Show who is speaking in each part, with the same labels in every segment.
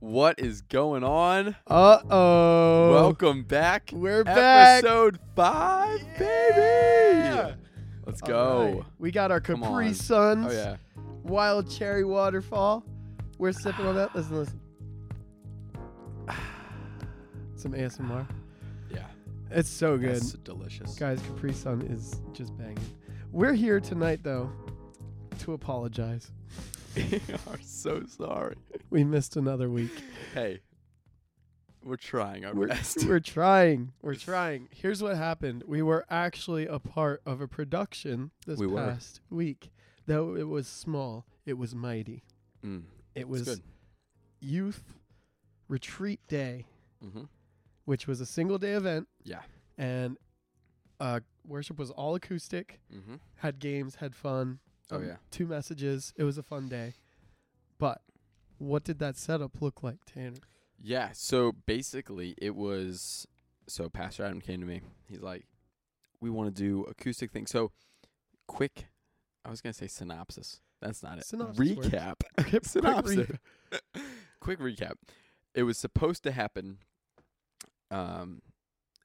Speaker 1: What is going on?
Speaker 2: Uh oh.
Speaker 1: Welcome back.
Speaker 2: We're back.
Speaker 1: Episode five,
Speaker 2: Yeah.
Speaker 1: baby. Let's
Speaker 2: All
Speaker 1: go.
Speaker 2: right. We got our
Speaker 1: Come
Speaker 2: Capri
Speaker 1: on.
Speaker 2: Suns
Speaker 1: Oh yeah.
Speaker 2: Wild Cherry Waterfall. We're sipping on that. Listen, listen. Some ASMR.
Speaker 1: Yeah.
Speaker 2: It's so good.
Speaker 1: That's delicious.
Speaker 2: Guys, Capri Sun is just banging. We're here tonight, though, to apologize.
Speaker 1: we are so sorry.
Speaker 2: We missed another week.
Speaker 1: Hey, we're trying our
Speaker 2: We're,
Speaker 1: best.
Speaker 2: we're trying. We're trying. Here's what happened. We were actually a part of a production this
Speaker 1: We were.
Speaker 2: past week. Though it was small, it was mighty.
Speaker 1: Mm,
Speaker 2: It
Speaker 1: it's
Speaker 2: was
Speaker 1: good.
Speaker 2: Youth Retreat Day,
Speaker 1: Mhm.
Speaker 2: which was a single day event.
Speaker 1: Yeah.
Speaker 2: And uh, worship was all acoustic,
Speaker 1: Mhm.
Speaker 2: had games, had fun.
Speaker 1: Oh,
Speaker 2: um,
Speaker 1: yeah.
Speaker 2: Two messages. It was a fun day. But what did that setup look like, Tanner?
Speaker 1: Yeah. So basically, it was. So Pastor Adam came to me. He's like, "We want to do acoustic thing." So quick. I was gonna say synopsis. That's not it.
Speaker 2: Synopsis works.
Speaker 1: recap.
Speaker 2: Quick
Speaker 1: Synopsis.
Speaker 2: recap.
Speaker 1: quick recap. It was supposed to happen. Um,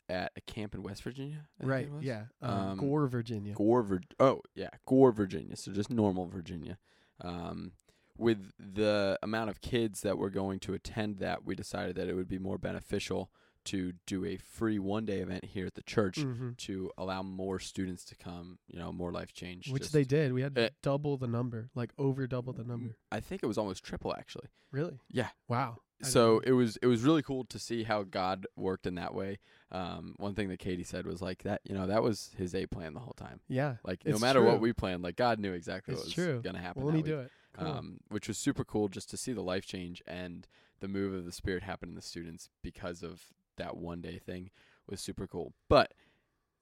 Speaker 1: at a camp in West Virginia. I think it
Speaker 2: Right.
Speaker 1: was.
Speaker 2: Yeah. Uh,
Speaker 1: Um,
Speaker 2: Gore, Virginia.
Speaker 1: Gore, Vir- oh yeah, Gore, Virginia. So just normal Virginia. Um, with the amount of kids that were going to attend that, we decided that it would be more beneficial to do a free one-day event here at the church
Speaker 2: hmm
Speaker 1: to allow more students to come. You know, more life change.
Speaker 2: Which
Speaker 1: just-
Speaker 2: they did. We had
Speaker 1: Uh,
Speaker 2: double the number, like over double the number.
Speaker 1: I think it was almost triple actually.
Speaker 2: Really?
Speaker 1: Yeah.
Speaker 2: Wow. I didn't
Speaker 1: so
Speaker 2: know.
Speaker 1: it was it was really cool to see how God worked in that way. Um, one thing that Katie said was like that. You know, that was His A plan the whole time.
Speaker 2: yeah.
Speaker 1: Like no
Speaker 2: It's
Speaker 1: matter
Speaker 2: true.
Speaker 1: what we planned, like God knew exactly
Speaker 2: It's
Speaker 1: what was
Speaker 2: true.
Speaker 1: gonna happen.
Speaker 2: Won't
Speaker 1: that
Speaker 2: he
Speaker 1: week.
Speaker 2: do it? Cool.
Speaker 1: um, which was super cool just to see the life change and the move of the spirit happen in the students because of that one day thing was super cool. But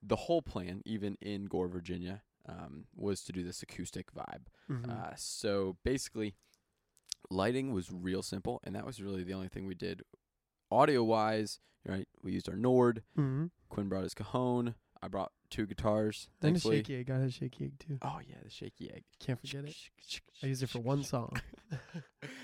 Speaker 1: the whole plan, even in Gore, Virginia, um, was to do this acoustic vibe.
Speaker 2: Mhm.
Speaker 1: Uh, so basically, lighting was real simple, and that was really the only thing we did. Audio wise, right? We used our Nord.
Speaker 2: Mhm.
Speaker 1: Quinn brought his Cajon. I brought two guitars.
Speaker 2: And a
Speaker 1: Thankfully.
Speaker 2: shaky egg. I had a shaky egg too.
Speaker 1: Oh yeah, the shaky egg.
Speaker 2: Can't forget it. I used it for one song.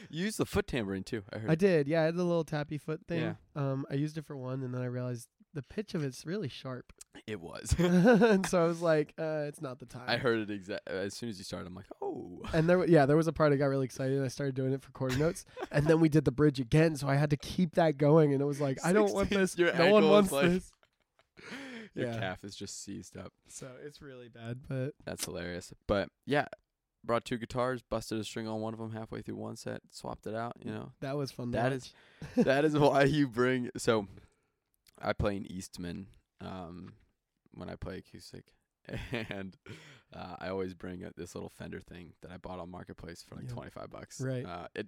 Speaker 1: You used the foot tambourine too. I heard.
Speaker 2: I did. Yeah, I had the little tappy foot thing.
Speaker 1: Yeah.
Speaker 2: Um, I used it for one, and then I realized the pitch of it's really sharp,
Speaker 1: It was.
Speaker 2: and so I was like, uh, "It's not the time."
Speaker 1: I heard it exact uh, as soon as you started. I'm like, oh,
Speaker 2: And there, wa- yeah, there was a part I got really excited. and I started doing it for quarter notes, and then we did the bridge again. So I had to keep that going, and it was like, "I don't want this.
Speaker 1: Your
Speaker 2: no one
Speaker 1: ankle is
Speaker 2: wants
Speaker 1: like-
Speaker 2: this."
Speaker 1: your
Speaker 2: Yeah.
Speaker 1: calf is just seized up.
Speaker 2: So it's really bad, but
Speaker 1: That's hilarious. But yeah, brought two guitars, busted a string on one of them halfway through one set, swapped it out. You know,
Speaker 2: that was fun.
Speaker 1: That
Speaker 2: That
Speaker 1: is-
Speaker 2: is
Speaker 1: that is why you bring. So, I play an Eastman um, when I play acoustic, and uh, I always bring uh, this little Fender thing that I bought on Marketplace for like
Speaker 2: Yeah.
Speaker 1: twenty five bucks.
Speaker 2: Right.
Speaker 1: Uh, it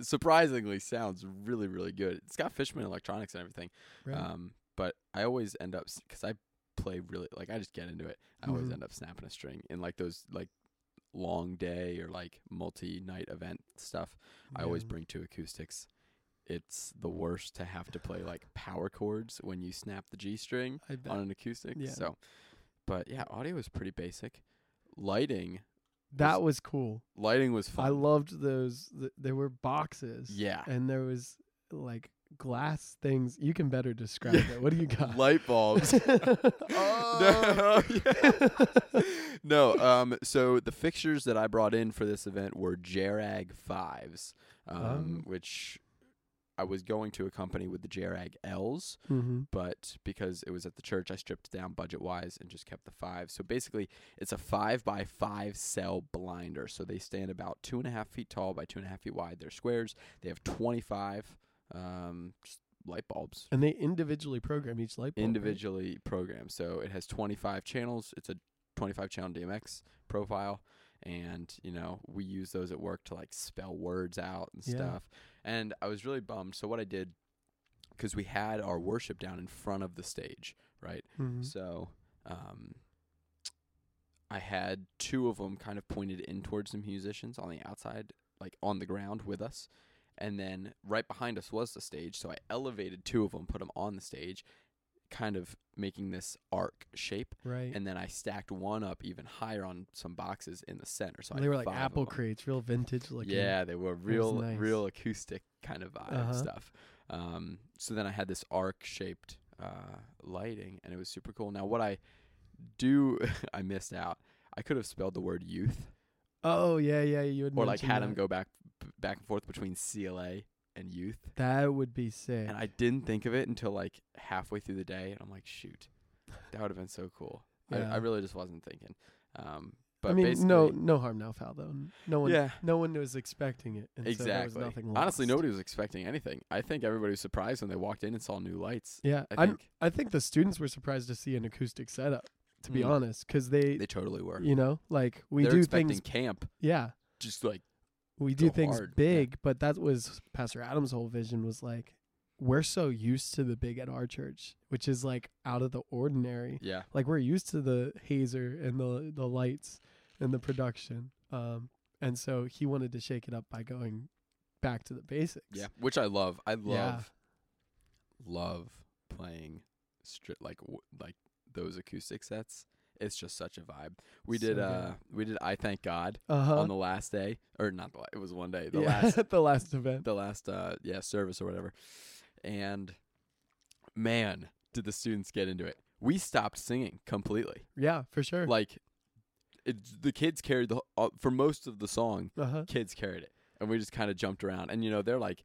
Speaker 1: surprisingly sounds really really good. It's got Fishman electronics and everything.
Speaker 2: right.
Speaker 1: Um, but I always end up because I play really like I just get into it. I always
Speaker 2: Mhm.
Speaker 1: end up snapping a string in like those like long day or like multi night event stuff. I always
Speaker 2: Yeah.
Speaker 1: bring two acoustics. It's the worst to have to play like power chords when you snap the G string
Speaker 2: I bet.
Speaker 1: on an acoustic.
Speaker 2: Yeah.
Speaker 1: So, but yeah, audio was pretty basic. Lighting,
Speaker 2: that was cool.
Speaker 1: lighting was fun.
Speaker 2: I loved those. Th- there were boxes.
Speaker 1: yeah,
Speaker 2: and there was like glass things. You can better describe it. What do you got?
Speaker 1: light bulbs.
Speaker 2: Oh.
Speaker 1: No, yeah. no, um, so the fixtures that I brought in for this event were Jarag fives, um,
Speaker 2: Um.
Speaker 1: which I was going to accompany with the Jarag L's,
Speaker 2: Mhm.
Speaker 1: but because it was at the church, I stripped it down budget wise and just kept the fives. So basically, it's a five by five cell blinder. So they stand about two and a half feet tall by two and a half feet wide. They're squares. They have twenty five um, just light bulbs
Speaker 2: And they individually program each light bulb. right?
Speaker 1: individually programmed. So it has 25 channels. It's a 25 channel DMX profile. And, you know, we use those at work to like spell words out and
Speaker 2: Yeah.
Speaker 1: stuff. And I was really bummed. So what I did, because we had our worship down in front of the stage, right?
Speaker 2: Mhm.
Speaker 1: So, um, I had two of them kind of pointed in towards the musicians on the outside, like on the ground with us. And then right behind us was the stage. So I elevated two of them, put them on the stage, kind of making this arc shape.
Speaker 2: Right.
Speaker 1: And then I stacked one up even higher on some boxes in the center. So I
Speaker 2: they
Speaker 1: had
Speaker 2: were like
Speaker 1: five of
Speaker 2: apple
Speaker 1: 'em.
Speaker 2: crates, real vintage looking.
Speaker 1: Yeah, they were real,
Speaker 2: nice.
Speaker 1: real acoustic kind of vibe
Speaker 2: Uh-huh.
Speaker 1: stuff. Um, so then I had this arc shaped uh, lighting, and it was super cool. Now what I do, I missed out. I could have spelled the word youth,
Speaker 2: Oh yeah, yeah. You would
Speaker 1: or like had
Speaker 2: that.
Speaker 1: him go back back and forth between CLA and youth.
Speaker 2: That would be sick.
Speaker 1: And I didn't think of it until like halfway through the day, and I'm like, shoot, that would have been so cool. I,
Speaker 2: Yeah.
Speaker 1: I really just wasn't thinking. Um, but
Speaker 2: I mean,
Speaker 1: basically,
Speaker 2: no, no harm, no foul though. N- No one,
Speaker 1: yeah,
Speaker 2: no one was expecting it. And So there was
Speaker 1: exactly.
Speaker 2: nothing
Speaker 1: Honestly,
Speaker 2: lost.
Speaker 1: nobody was expecting anything. I think everybody was surprised when they walked in and saw new lights.
Speaker 2: Yeah,
Speaker 1: I
Speaker 2: I
Speaker 1: think
Speaker 2: I think the students were surprised to see an acoustic setup. To be
Speaker 1: Mm.
Speaker 2: honest, because they,
Speaker 1: they totally were.
Speaker 2: you know, like we
Speaker 1: They're
Speaker 2: do
Speaker 1: expecting
Speaker 2: things.
Speaker 1: camp,
Speaker 2: Yeah,
Speaker 1: just like
Speaker 2: we do
Speaker 1: go
Speaker 2: things
Speaker 1: hard, yeah.
Speaker 2: big, but that was Pastor Adams' whole vision was like, we're so used to the big at our church, which is like out of the ordinary.
Speaker 1: yeah,
Speaker 2: Like we're used to the hazer and the the lights and the production. Um, and so he wanted to shake it up by going back to the basics.
Speaker 1: yeah, which I love. I love
Speaker 2: Yeah.
Speaker 1: love playing stri- like w- like those acoustic sets. It's just such a vibe. We
Speaker 2: So
Speaker 1: did
Speaker 2: good.
Speaker 1: uh we did I thank God
Speaker 2: Uh huh.
Speaker 1: on the last day or not the la- it was one day the
Speaker 2: yeah,
Speaker 1: last
Speaker 2: the last event.
Speaker 1: the last uh yeah service or whatever and man did the students get into it we stopped singing completely
Speaker 2: Yeah, for sure.
Speaker 1: like it, the kids carried the uh, for most of the song
Speaker 2: Uh huh.
Speaker 1: kids carried it and we just kind of jumped around and you know they're like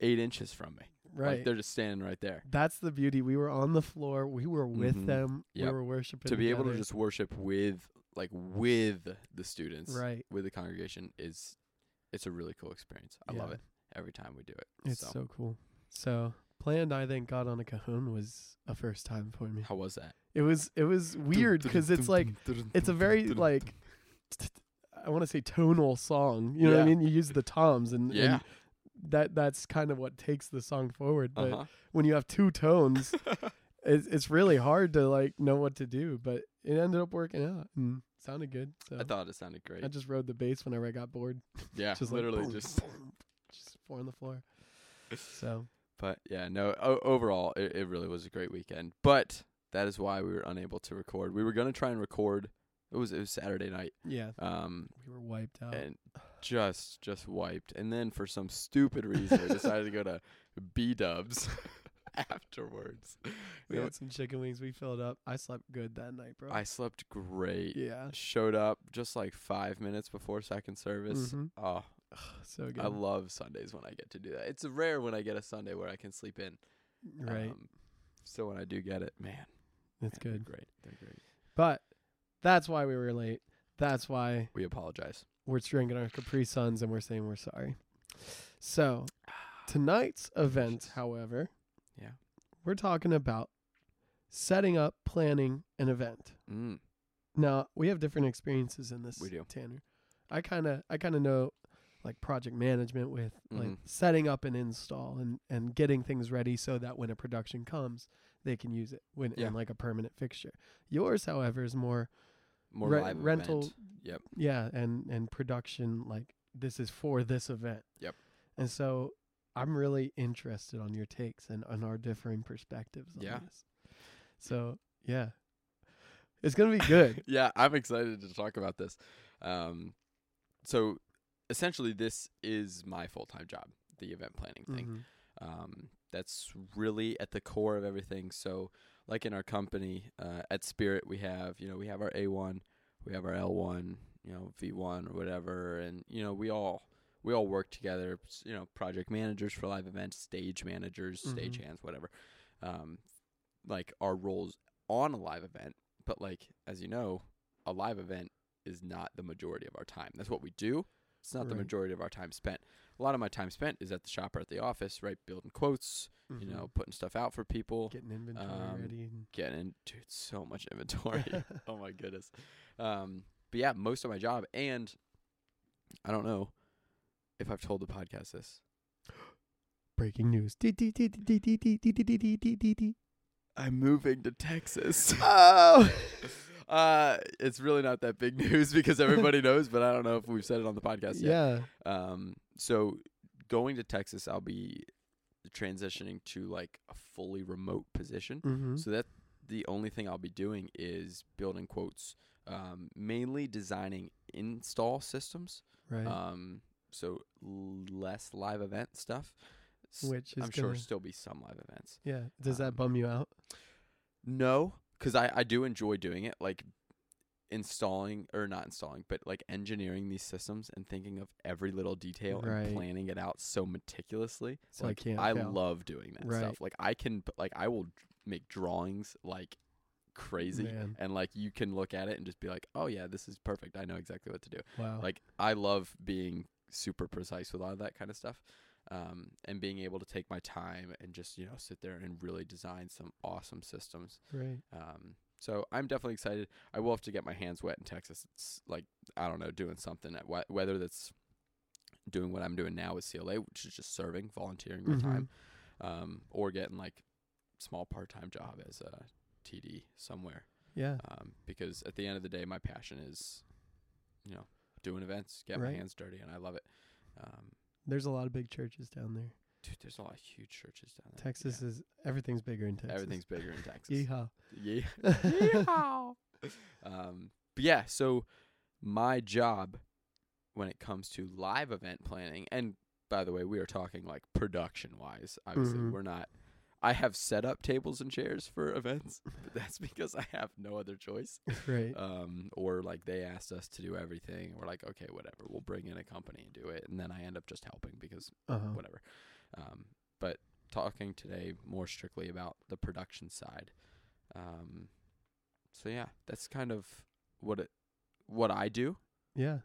Speaker 1: eight inches from me
Speaker 2: Right.
Speaker 1: like they're just standing right there
Speaker 2: That's the beauty. We were on the floor. We were with
Speaker 1: Mhm.
Speaker 2: them.
Speaker 1: Yep.
Speaker 2: We were worshiping
Speaker 1: to be able to
Speaker 2: together.
Speaker 1: just worship with like with the students
Speaker 2: right.
Speaker 1: with the congregation is it's a really cool experience i love
Speaker 2: Yeah.
Speaker 1: it every time we do it
Speaker 2: It's so. cool. So planned, I think God on a Cajon was a first time for me.
Speaker 1: how was that
Speaker 2: It was it was weird because it's like it's a very like I want to say tonal song. You know what I
Speaker 1: Yeah.
Speaker 2: mean? You use the toms and,
Speaker 1: yeah
Speaker 2: and that that's kind of what takes the song forward. But
Speaker 1: uh-huh.
Speaker 2: when you have two tones, it's, it's really hard to like know what to do. But it ended up working out and sounded good. So
Speaker 1: I thought it sounded great.
Speaker 2: I just rode the bass whenever I got bored.
Speaker 1: yeah,
Speaker 2: just like,
Speaker 1: literally
Speaker 2: boom,
Speaker 1: just.
Speaker 2: boom, just four on the floor. So
Speaker 1: But yeah, no. O- overall, it, it really was a great weekend. But that is why we were unable to record. We were gonna try and record. It was it was Saturday night.
Speaker 2: yeah,
Speaker 1: Um,
Speaker 2: we were wiped out.
Speaker 1: and just just wiped. And then for some stupid reason, we decided to go to B Dubs afterwards.
Speaker 2: We
Speaker 1: Yeah.
Speaker 2: had some chicken wings. We filled up. I slept good that night, bro.
Speaker 1: I slept great.
Speaker 2: yeah,
Speaker 1: Showed up just like five minutes before second service.
Speaker 2: Mhm.
Speaker 1: Oh,
Speaker 2: so good.
Speaker 1: I love Sundays when I get to do that. It's rare when I get a Sunday where I can sleep in.
Speaker 2: right,
Speaker 1: Um, so when I do get it, man,
Speaker 2: that's
Speaker 1: man, they're
Speaker 2: good.
Speaker 1: Great, they're great.
Speaker 2: But that's why we were late. That's why
Speaker 1: We apologize.
Speaker 2: we're drinking our Capri Suns and we're saying we're sorry. So tonight's event,
Speaker 1: Delicious.
Speaker 2: however,
Speaker 1: Yeah.
Speaker 2: we're talking about setting up, planning an event.
Speaker 1: Mm,
Speaker 2: Now we have different experiences in this.
Speaker 1: We do.
Speaker 2: Tanner. I kind of I kind of know like project management with like
Speaker 1: Mhm.
Speaker 2: setting up an install and and getting things ready so that when a production comes they can use it when
Speaker 1: Yeah.
Speaker 2: in like a permanent fixture. Yours, however, is more
Speaker 1: more
Speaker 2: Re-
Speaker 1: live
Speaker 2: rental-
Speaker 1: event. Yep.
Speaker 2: yeah and and production like this is for this event.
Speaker 1: Yep.
Speaker 2: And so I'm really interested on your takes and on our differing perspectives on
Speaker 1: Yeah.
Speaker 2: this. So yeah, it's gonna be good.
Speaker 1: Yeah, I'm excited to talk about this. Um, so essentially, this is my full time job, the event planning thing.
Speaker 2: Mhm.
Speaker 1: Um, that's really at the core of everything. So, like in our company uh, at Spirit, we have you know we have our A one, we have our L one, you know V one or whatever, and you know we all we all work together. s- You know, project managers for live events, stage managers,
Speaker 2: Mhm.
Speaker 1: stage hands, whatever. Um, like our roles on a live event, but like as you know, a live event is not the majority of our time. That's what we do. It's not the
Speaker 2: Right.
Speaker 1: majority of our time spent. A lot of my time spent is at the shop or at the office, right? Building quotes, you
Speaker 2: Mhm.
Speaker 1: know, putting stuff out for people,
Speaker 2: getting inventory
Speaker 1: Um,
Speaker 2: ready. And
Speaker 1: getting dude, so much inventory. oh my goodness. Um, but yeah, most of my job, and I don't know if I've told the podcast this.
Speaker 2: Breaking news. Oh.
Speaker 1: I'm moving to Texas. uh, it's really not that big news because everybody knows, but I don't know if we've said it on the podcast yet.
Speaker 2: Yeah.
Speaker 1: Um, so going to Texas, I'll be transitioning to like a fully remote position.
Speaker 2: Mm-hmm.
Speaker 1: So that the only thing I'll be doing is building quotes, um, mainly designing install systems,
Speaker 2: Right.
Speaker 1: um, so l- less live event stuff. S-
Speaker 2: Which is
Speaker 1: I'm sure
Speaker 2: gonna-
Speaker 1: still be some live events.
Speaker 2: Yeah. Does
Speaker 1: Um,
Speaker 2: that bum you out?
Speaker 1: No, because I I do enjoy doing it, like installing or not installing, but like engineering these systems and thinking of every little detail
Speaker 2: Right.
Speaker 1: and planning it out so meticulously.
Speaker 2: So I
Speaker 1: like
Speaker 2: can't
Speaker 1: I
Speaker 2: fail.
Speaker 1: love doing that
Speaker 2: Right.
Speaker 1: stuff. Like I can p- like I will d- make drawings like crazy.
Speaker 2: Man.
Speaker 1: And like you can look at it and just be like, oh yeah, this is perfect. I know exactly what to do.
Speaker 2: Wow.
Speaker 1: Like I love being super precise with all that kind of stuff, um, and being able to take my time and just you know sit there and really design some awesome systems.
Speaker 2: right.
Speaker 1: Um, so I'm definitely excited. I will have to get my hands wet in Texas. It's like I don't know, doing something at wh- whether that's doing what I'm doing now with CLA, which is just serving, volunteering
Speaker 2: Mm-hmm.
Speaker 1: my time, um, or getting like small part time job as a TD somewhere
Speaker 2: Mm-hmm. Yeah.
Speaker 1: um, because at the end of the day, my passion is, you know, doing events, get
Speaker 2: Right.
Speaker 1: my hands dirty, and I love it. Um,
Speaker 2: There's a lot of big churches down there.
Speaker 1: dude, there's a lot of huge churches down there.
Speaker 2: Texas
Speaker 1: Yeah.
Speaker 2: is everything's bigger in Texas.
Speaker 1: everything's bigger in Texas.
Speaker 2: Yeehaw.
Speaker 1: yeah. Yeehaw. um, but yeah, so my job when it comes to live event planning, and by the way, we are talking like production wise. Obviously,
Speaker 2: Mhm.
Speaker 1: we're not. I have set up tables and chairs for events, but that's because I have no other choice.
Speaker 2: right.
Speaker 1: um, or like they asked us to do everything. We're like, okay, whatever. We'll bring in a company and do it, and then I end up just helping because
Speaker 2: Uh-huh.
Speaker 1: whatever. Um, but talking today more strictly about the production side. Um, so yeah, that's kind of what it, what I do.
Speaker 2: Yeah.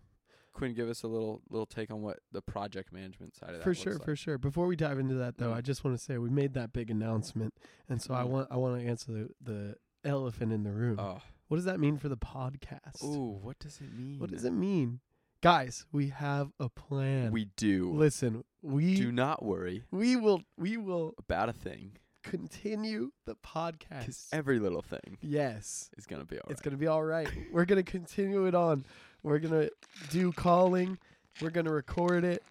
Speaker 1: Quinn, give us a little little take on what the project management side of that
Speaker 2: For
Speaker 1: looks
Speaker 2: sure,
Speaker 1: like.
Speaker 2: for sure. Before we dive into that though,
Speaker 1: Mm.
Speaker 2: I just want to say we made that big announcement and so I
Speaker 1: Mm.
Speaker 2: want I want to answer the, the elephant in the room.
Speaker 1: Oh,
Speaker 2: What does that mean for the podcast?
Speaker 1: ooh, what does it mean?
Speaker 2: What does it mean? Guys, we have a plan.
Speaker 1: We do.
Speaker 2: Listen, we
Speaker 1: Do not worry
Speaker 2: we will we will
Speaker 1: about a thing,
Speaker 2: continue the
Speaker 1: 'cause
Speaker 2: podcast.
Speaker 1: every little thing
Speaker 2: yes.
Speaker 1: is gonna be alright.
Speaker 2: It's gonna be all right. We're gonna continue it on. We're gonna do calling. We're gonna record it,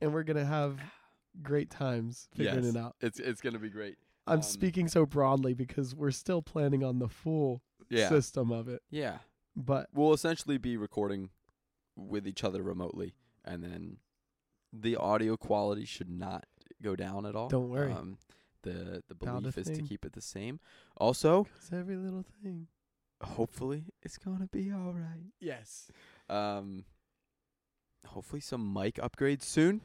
Speaker 2: and we're gonna have great times figuring
Speaker 1: Yes.
Speaker 2: it out.
Speaker 1: It's it's gonna be great.
Speaker 2: I'm
Speaker 1: Um,
Speaker 2: speaking so broadly because we're still planning on the full
Speaker 1: Yeah.
Speaker 2: system of it.
Speaker 1: yeah.
Speaker 2: But
Speaker 1: We'll essentially be recording with each other remotely and then the audio quality should not go down at all.
Speaker 2: Don't worry.
Speaker 1: Um, the the
Speaker 2: Not a
Speaker 1: belief is to
Speaker 2: thing.
Speaker 1: keep it the same. Also,
Speaker 2: it's every little thing.
Speaker 1: hopefully it's gonna be all right.
Speaker 2: Yes.
Speaker 1: Um hopefully some mic upgrades soon.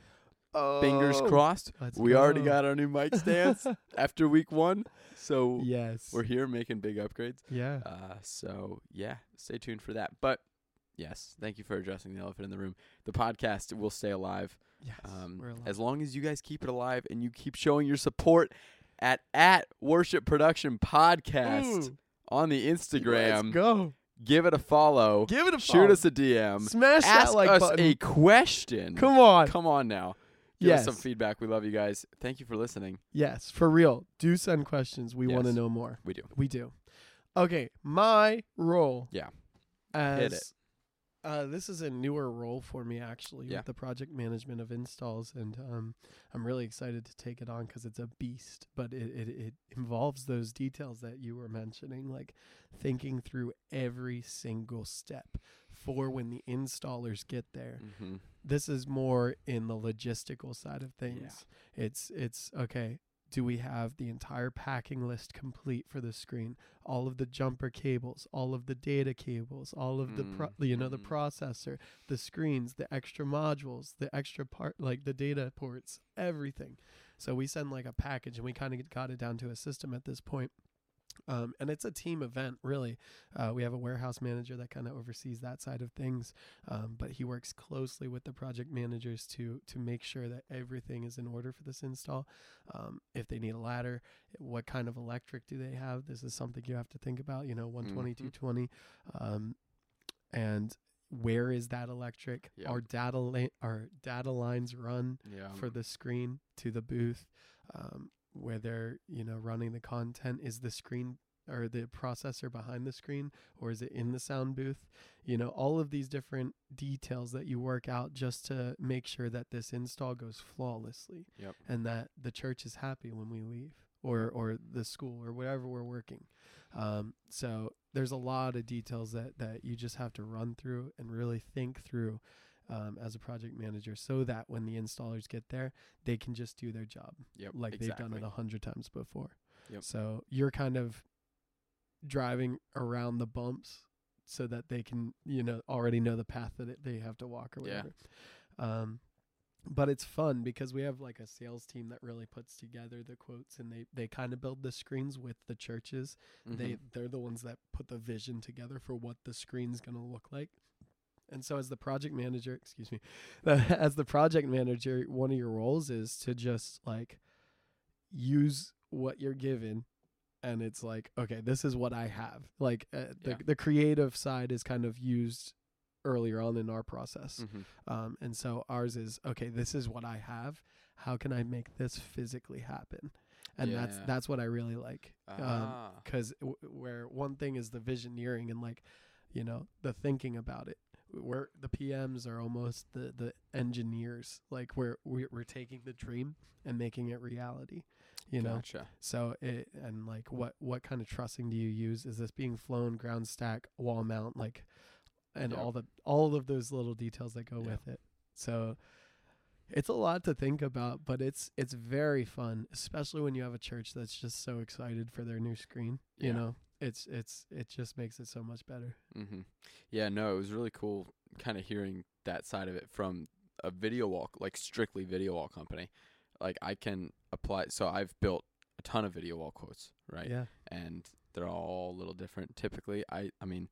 Speaker 2: Oh,
Speaker 1: Fingers crossed.
Speaker 2: let's
Speaker 1: We already
Speaker 2: go.
Speaker 1: got our new mic stands after week 1. So
Speaker 2: yes.
Speaker 1: we're here making big upgrades.
Speaker 2: yeah.
Speaker 1: Uh, so yeah, stay tuned for that. But yes, thank you for addressing the elephant in the room. The podcast will stay alive,
Speaker 2: yes.
Speaker 1: um,
Speaker 2: we're alive.
Speaker 1: as long as you guys keep it alive and you keep showing your support at at Worship Production Podcast
Speaker 2: Ooh,
Speaker 1: on the
Speaker 2: Let's
Speaker 1: Instagram.
Speaker 2: go.
Speaker 1: Give it a follow.
Speaker 2: Give it a
Speaker 1: Shoot
Speaker 2: follow.
Speaker 1: us a DM.
Speaker 2: Smash
Speaker 1: Ask
Speaker 2: that like
Speaker 1: us
Speaker 2: button.
Speaker 1: a question.
Speaker 2: Come on.
Speaker 1: Come on now. Give us some
Speaker 2: Yes.
Speaker 1: feedback. We love you guys. Thank you for listening.
Speaker 2: Yes, for real. Do send questions. We want to
Speaker 1: Yes.
Speaker 2: know more.
Speaker 1: We do.
Speaker 2: We do. Okay, my role.
Speaker 1: Yeah.
Speaker 2: As,
Speaker 1: Hit it.
Speaker 2: Uh, this is a newer role for me actually
Speaker 1: Yeah.
Speaker 2: with the project management of installs, and um, I'm really excited to take it on because it's a beast. But it, it it involves those details that you were mentioning, like thinking through every single step for when the installers get there
Speaker 1: Mm-hmm.
Speaker 2: this is more in the logistical side of things. It's it's okay. Do we have the entire packing list complete for the screen? All of the jumper cables, all of the data cables, all of the pro- you know the
Speaker 1: Mhm.
Speaker 2: processor, the screens, the extra modules, the extra part like the data ports, everything. So we send like a package, and we kind of got it down to a system at this point. Um, and it's a team event, really. Uh, we have a warehouse manager that kind of oversees that side of things um, but he works closely with the project managers to to make sure that everything is in order for this install. Um, if they need a ladder, what kind of electric do they have? This is something you have to think about. You know, one twenty,
Speaker 1: Mhm.
Speaker 2: two twenty, um, and where is that electric?
Speaker 1: Yep.
Speaker 2: Our data li- our data lines run
Speaker 1: Yeah.
Speaker 2: for the screen to the booth um, where they're you know running the content is the screen or the processor behind the screen or is it in the sound booth you know all of these different details that you work out just to make sure that this install goes flawlessly
Speaker 1: Yep.
Speaker 2: and that the church is happy when we leave or or the school or wherever we're working um, so there's a lot of details that that you just have to run through and really think through um, as a project manager so that when the installers get there, they can just do their job
Speaker 1: Yep.
Speaker 2: like they've done it
Speaker 1: exactly.
Speaker 2: a hundred times before.
Speaker 1: Yep.
Speaker 2: So you're kind of driving around the bumps so that they can, you know, already know the path that it, they have to walk or
Speaker 1: Yeah.
Speaker 2: whatever. Um, but it's fun because we have like a sales team that really puts together the quotes and they, they kind of build the screens with the churches. They
Speaker 1: Mhm.
Speaker 2: they're the ones that put the vision together for what the screen's going to look like. And so as the project manager, excuse me, as the project manager, one of your roles is to just like use what you're given and it's like okay, this is what I have. Like uh, the
Speaker 1: Yeah.
Speaker 2: the creative side is kind of used earlier on in our process.
Speaker 1: Mhm.
Speaker 2: Um, and so ours is okay. This is what I have. How can I make this physically happen? And that's
Speaker 1: Yeah.
Speaker 2: that's what I really like. Um
Speaker 1: Ah,
Speaker 2: 'cause w- where one thing is the visioneering and like, you know, the thinking about it. Where the PMs are almost the the engineers. Like we're we're, we're taking the dream and making it reality. You know.
Speaker 1: gotcha.
Speaker 2: So it and like what what kind of trussing do you use? Is this being flown, ground stack, wall mount, like, and
Speaker 1: Yep.
Speaker 2: all the all of those little details that go
Speaker 1: Yeah.
Speaker 2: with it. So it's a lot to think about, but it's it's very fun, especially when you have a church that's just so excited for their new screen. You
Speaker 1: Yeah.
Speaker 2: know, it's it's it just makes it so much better.
Speaker 1: Mm-hmm. Yeah, no, it was really cool kind of hearing that side of it from a video wall, like strictly video wall company. Like I can apply, so I've built a ton of video wall quotes, right?
Speaker 2: Yeah,
Speaker 1: And they're all a little different. Typically, I, I mean,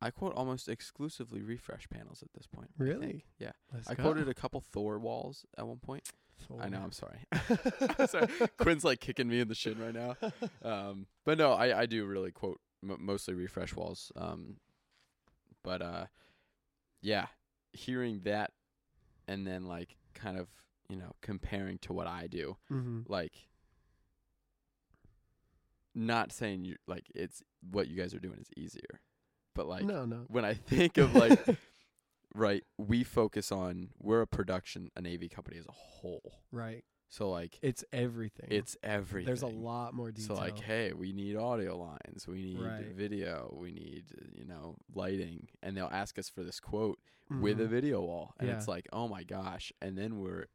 Speaker 1: I quote almost exclusively refresh panels at this point. I think.
Speaker 2: Really?
Speaker 1: Yeah.
Speaker 2: Let's
Speaker 1: I
Speaker 2: go. Oh,
Speaker 1: quoted a couple Thor walls at one point. I know.
Speaker 2: Thor.
Speaker 1: I'm sorry. sorry. Quinn's like kicking me in the shin right now. Um, but no, I, I do really quote m- mostly refresh walls. Um, but uh, yeah, hearing that and then like kind of you know comparing to what I do,
Speaker 2: Mhm.
Speaker 1: like not saying you like it's what you guys are doing is easier, but like
Speaker 2: no, no.
Speaker 1: when I think of like right, we focus on we're a production an AV company as a whole,
Speaker 2: right.
Speaker 1: so like
Speaker 2: It's everything.
Speaker 1: it's everything.
Speaker 2: there's a lot more detail.
Speaker 1: So like, hey, we need audio lines, we need
Speaker 2: Right.
Speaker 1: video, we need uh, you know lighting, and they'll ask us for this quote with a
Speaker 2: Mhm.
Speaker 1: video wall, and
Speaker 2: Yeah.
Speaker 1: it's like, oh my gosh, and then we're,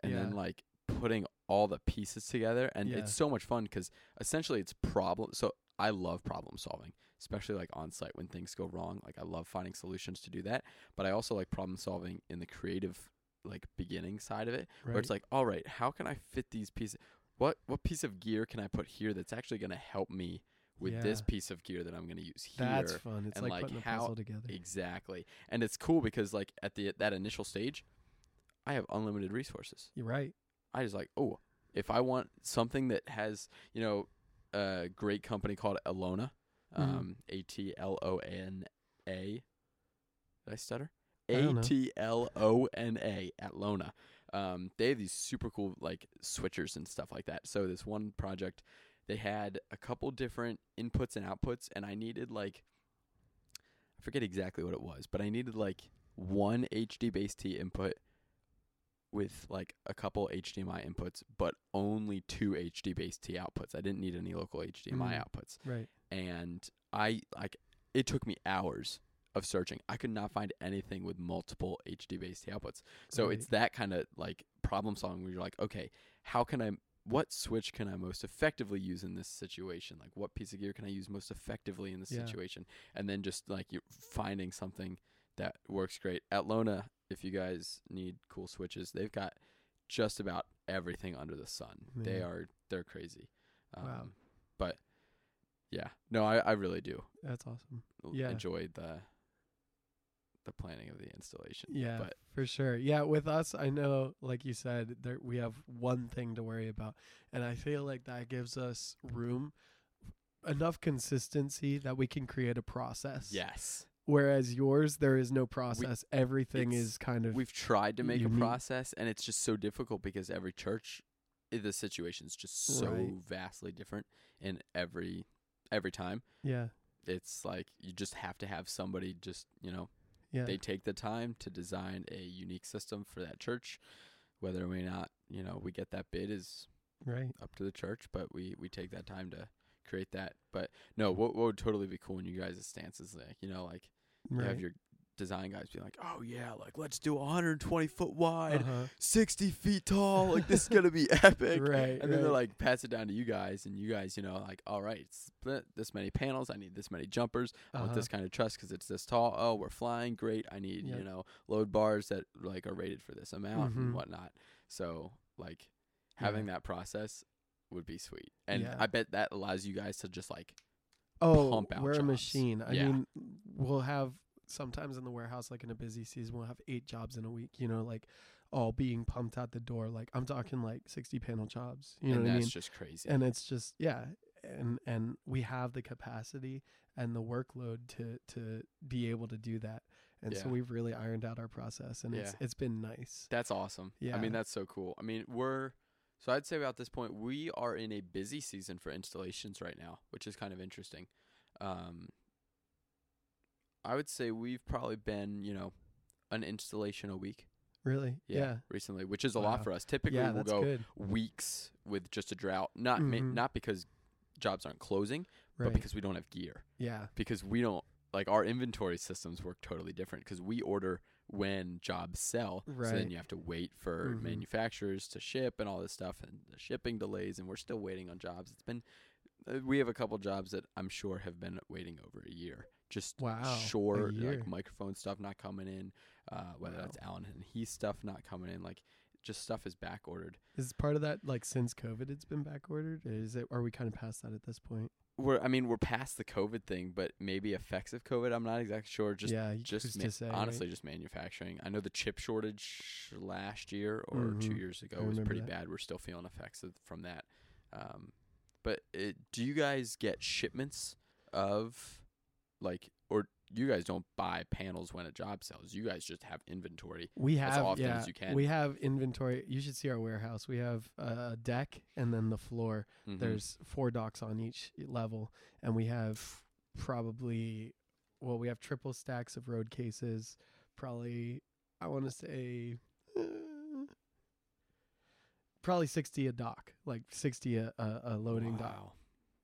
Speaker 1: and then
Speaker 2: Yeah.
Speaker 1: like putting all the pieces together, and
Speaker 2: Yeah.
Speaker 1: it's so much fun because essentially it's problem. So I love problem solving, especially like on site when things go wrong. Like I love finding solutions to do that, but I also like problem solving in the creative like beginning side of it
Speaker 2: right.
Speaker 1: where it's like, all right, how can I fit these pieces? What what piece of gear can I put here that's actually going to help me with this
Speaker 2: Yeah.
Speaker 1: piece of gear that I'm going to use here?
Speaker 2: That's fun. It's
Speaker 1: and,
Speaker 2: like,
Speaker 1: like,
Speaker 2: putting a
Speaker 1: how
Speaker 2: puzzle together.
Speaker 1: exactly, and it's cool because like at the that initial stage, I have unlimited resources.
Speaker 2: You're right.
Speaker 1: I just like, oh, if I want something that has you know a great company called Alona,
Speaker 2: Mhm.
Speaker 1: um, A T L O N A. Did I stutter?
Speaker 2: I don't
Speaker 1: A
Speaker 2: know.
Speaker 1: T L O N A at Lona. Um, they have these super cool like switchers and stuff like that. So this one project, they had a couple different inputs and outputs, and I needed like I forget exactly what it was, but I needed like one HD base T input with like a couple HDMI inputs, but only two HD base T outputs. I didn't need any local HDMI
Speaker 2: Mm.
Speaker 1: outputs
Speaker 2: Right.
Speaker 1: and I like it took me hours of searching. I could not find anything with multiple HD based outputs. So
Speaker 2: Right.
Speaker 1: it's that kind of like problem solving where you're like, okay, how can I what switch can I most effectively use in this situation? Like what piece of gear can I use most effectively in this
Speaker 2: Yeah.
Speaker 1: situation? And then just like you're finding something that works great. At Lona, if you guys need cool switches, they've got just about everything under the sun. They
Speaker 2: Yeah.
Speaker 1: are they're crazy. Um,
Speaker 2: Wow.
Speaker 1: But yeah, no, I, I really do
Speaker 2: That's awesome.
Speaker 1: l-
Speaker 2: Yeah.
Speaker 1: enjoy the the planning of the installation.
Speaker 2: Yeah,
Speaker 1: but
Speaker 2: for sure. Yeah, with us, I know, like you said, there we have one thing to worry about, and I feel like that gives us room enough consistency that we can create a process.
Speaker 1: yes,
Speaker 2: Whereas yours, there is no process. Everything
Speaker 1: it's-
Speaker 2: is kind of
Speaker 1: we've tried to make
Speaker 2: you
Speaker 1: a
Speaker 2: need-
Speaker 1: process, and it's just so difficult because every church, i- the situation's just so
Speaker 2: Right.
Speaker 1: vastly different, and every every time
Speaker 2: yeah,
Speaker 1: it's like you just have to have somebody just you know
Speaker 2: yeah,
Speaker 1: they take the time to design a unique system for that church whether or not you know we get that bid is
Speaker 2: right.
Speaker 1: up to the church, but we we take that time to create that. But no, what what would totally be cool in you guys' stance is like you know like You
Speaker 2: Right.
Speaker 1: have your design guys be like, oh yeah, like let's do 120 foot wide,
Speaker 2: Uh-huh.
Speaker 1: 60 feet tall. Like this is gonna be epic.
Speaker 2: Right.
Speaker 1: And then they're
Speaker 2: right.
Speaker 1: like, pass it down to you guys, and you guys, you know, like, all right, split this many panels. I need this many jumpers. I want
Speaker 2: Uh-huh.
Speaker 1: this kind of truss because it's this tall. Oh, we're flying. Great. I need,
Speaker 2: Yep.
Speaker 1: you know, load bars that like are rated for this amount
Speaker 2: Mhm.
Speaker 1: and whatnot. So, like, having that process would be sweet. And
Speaker 2: Yeah.
Speaker 1: I bet that allows you guys to just like,
Speaker 2: oh,
Speaker 1: pump out
Speaker 2: we're a
Speaker 1: jobs.
Speaker 2: machine. I
Speaker 1: Yeah.
Speaker 2: mean, we'll have sometimes in the warehouse, like in a busy season, we'll have eight jobs in a week. You know, like all being pumped out the door. Like I'm talking like 60 panel jobs. You know
Speaker 1: and
Speaker 2: what I
Speaker 1: that's
Speaker 2: mean?
Speaker 1: just crazy.
Speaker 2: and it's just yeah and and we have the capacity and the workload to to be able to do that and so
Speaker 1: Yeah.
Speaker 2: we've really ironed out our process and it's
Speaker 1: Yeah.
Speaker 2: it's been nice
Speaker 1: that's awesome. I
Speaker 2: Yeah.
Speaker 1: mean, that's so cool. I mean, we're, so I'd say about this point, we are in a busy season for installations right now, which is kind of interesting. Um, I would say we've probably been, you know, an installation a week.
Speaker 2: really
Speaker 1: yeah,
Speaker 2: yeah
Speaker 1: recently, which is a
Speaker 2: Wow.
Speaker 1: lot for us. Typically,
Speaker 2: yeah
Speaker 1: we'll
Speaker 2: that's
Speaker 1: go
Speaker 2: good
Speaker 1: weeks with just a drought, not ma-
Speaker 2: Mhm.
Speaker 1: not because jobs aren't closing,
Speaker 2: right
Speaker 1: but because we don't have gear,
Speaker 2: yeah
Speaker 1: because we don't like our inventory systems work totally different because we order when jobs sell, so
Speaker 2: Right.
Speaker 1: then you have to wait for
Speaker 2: Mhm.
Speaker 1: manufacturers to ship and all this stuff and the shipping delays, and we're still waiting on jobs. It's been uh, we have a couple jobs that I'm sure have been waiting over a year. Just
Speaker 2: wow a
Speaker 1: sure
Speaker 2: year.
Speaker 1: like microphone stuff not coming in uh, whether
Speaker 2: Wow.
Speaker 1: that's alan and he stuff not coming in like just stuff is back ordered
Speaker 2: is part of that like since covid it's been back ordered is it are we kind of past that at this point
Speaker 1: we're i mean we're past the covid thing but maybe effects of covid i'm not exactly sure just
Speaker 2: yeah you- who's
Speaker 1: just
Speaker 2: to
Speaker 1: ma-
Speaker 2: say, right?
Speaker 1: honestly just manufacturing i know the chip shortage last year or two
Speaker 2: Mhm.
Speaker 1: years ago
Speaker 2: I
Speaker 1: was
Speaker 2: remember
Speaker 1: pretty
Speaker 2: that.
Speaker 1: bad we're still feeling effects of, from that um, but it, do you guys get shipments of like or you guys don't buy panels when a job sells you guys just have inventory
Speaker 2: we have
Speaker 1: as often
Speaker 2: yeah,
Speaker 1: as you can.
Speaker 2: we have inventory you should see our warehouse we have uh, a deck and then the floor
Speaker 1: Mhm.
Speaker 2: there's four docks on each level and we have probably well we have triple stacks of road cases probably i want to say uh, probably 60 a dock like 60 a, a, a loading dock
Speaker 1: wow.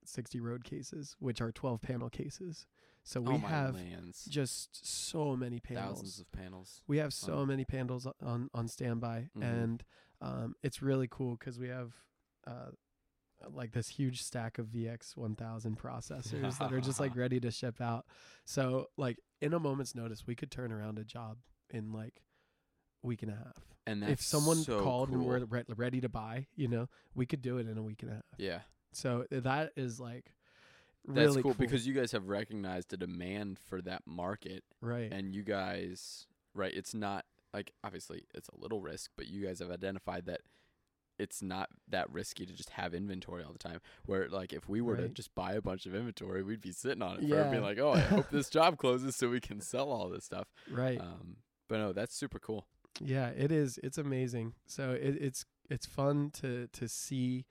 Speaker 2: 60 road cases which are 12 panel cases so
Speaker 1: Oh
Speaker 2: we
Speaker 1: my
Speaker 2: have
Speaker 1: lands.
Speaker 2: just so many panels
Speaker 1: thousands of panels.
Speaker 2: we have so
Speaker 1: Wow.
Speaker 2: many panels o- on on standby,
Speaker 1: Mhm.
Speaker 2: and um, it's really cool because we have uh, like this huge stack of VX one thousand processors that are just like ready to ship out. So like in a moment's notice, we could turn around a job in like week and a half.
Speaker 1: And that's
Speaker 2: if someone
Speaker 1: so
Speaker 2: called and we're
Speaker 1: cool.
Speaker 2: re- ready to buy, you know, we could do it in a week and a half.
Speaker 1: yeah,
Speaker 2: So eh, that is like really
Speaker 1: that's cool, because you guys have recognized the demand for that market,
Speaker 2: right,
Speaker 1: and you guys, right? It's not like obviously it's a little risk, but you guys have identified that it's not that risky to just have inventory all the time. Where like if we were to
Speaker 2: Right.
Speaker 1: just buy a bunch of inventory, we'd be sitting on it for
Speaker 2: Yeah.
Speaker 1: being like, oh, I hope this job closes so we can sell all this stuff.
Speaker 2: right.
Speaker 1: Um, but no, that's super cool.
Speaker 2: Yeah, it is. It's amazing. So it, it's it's fun to to see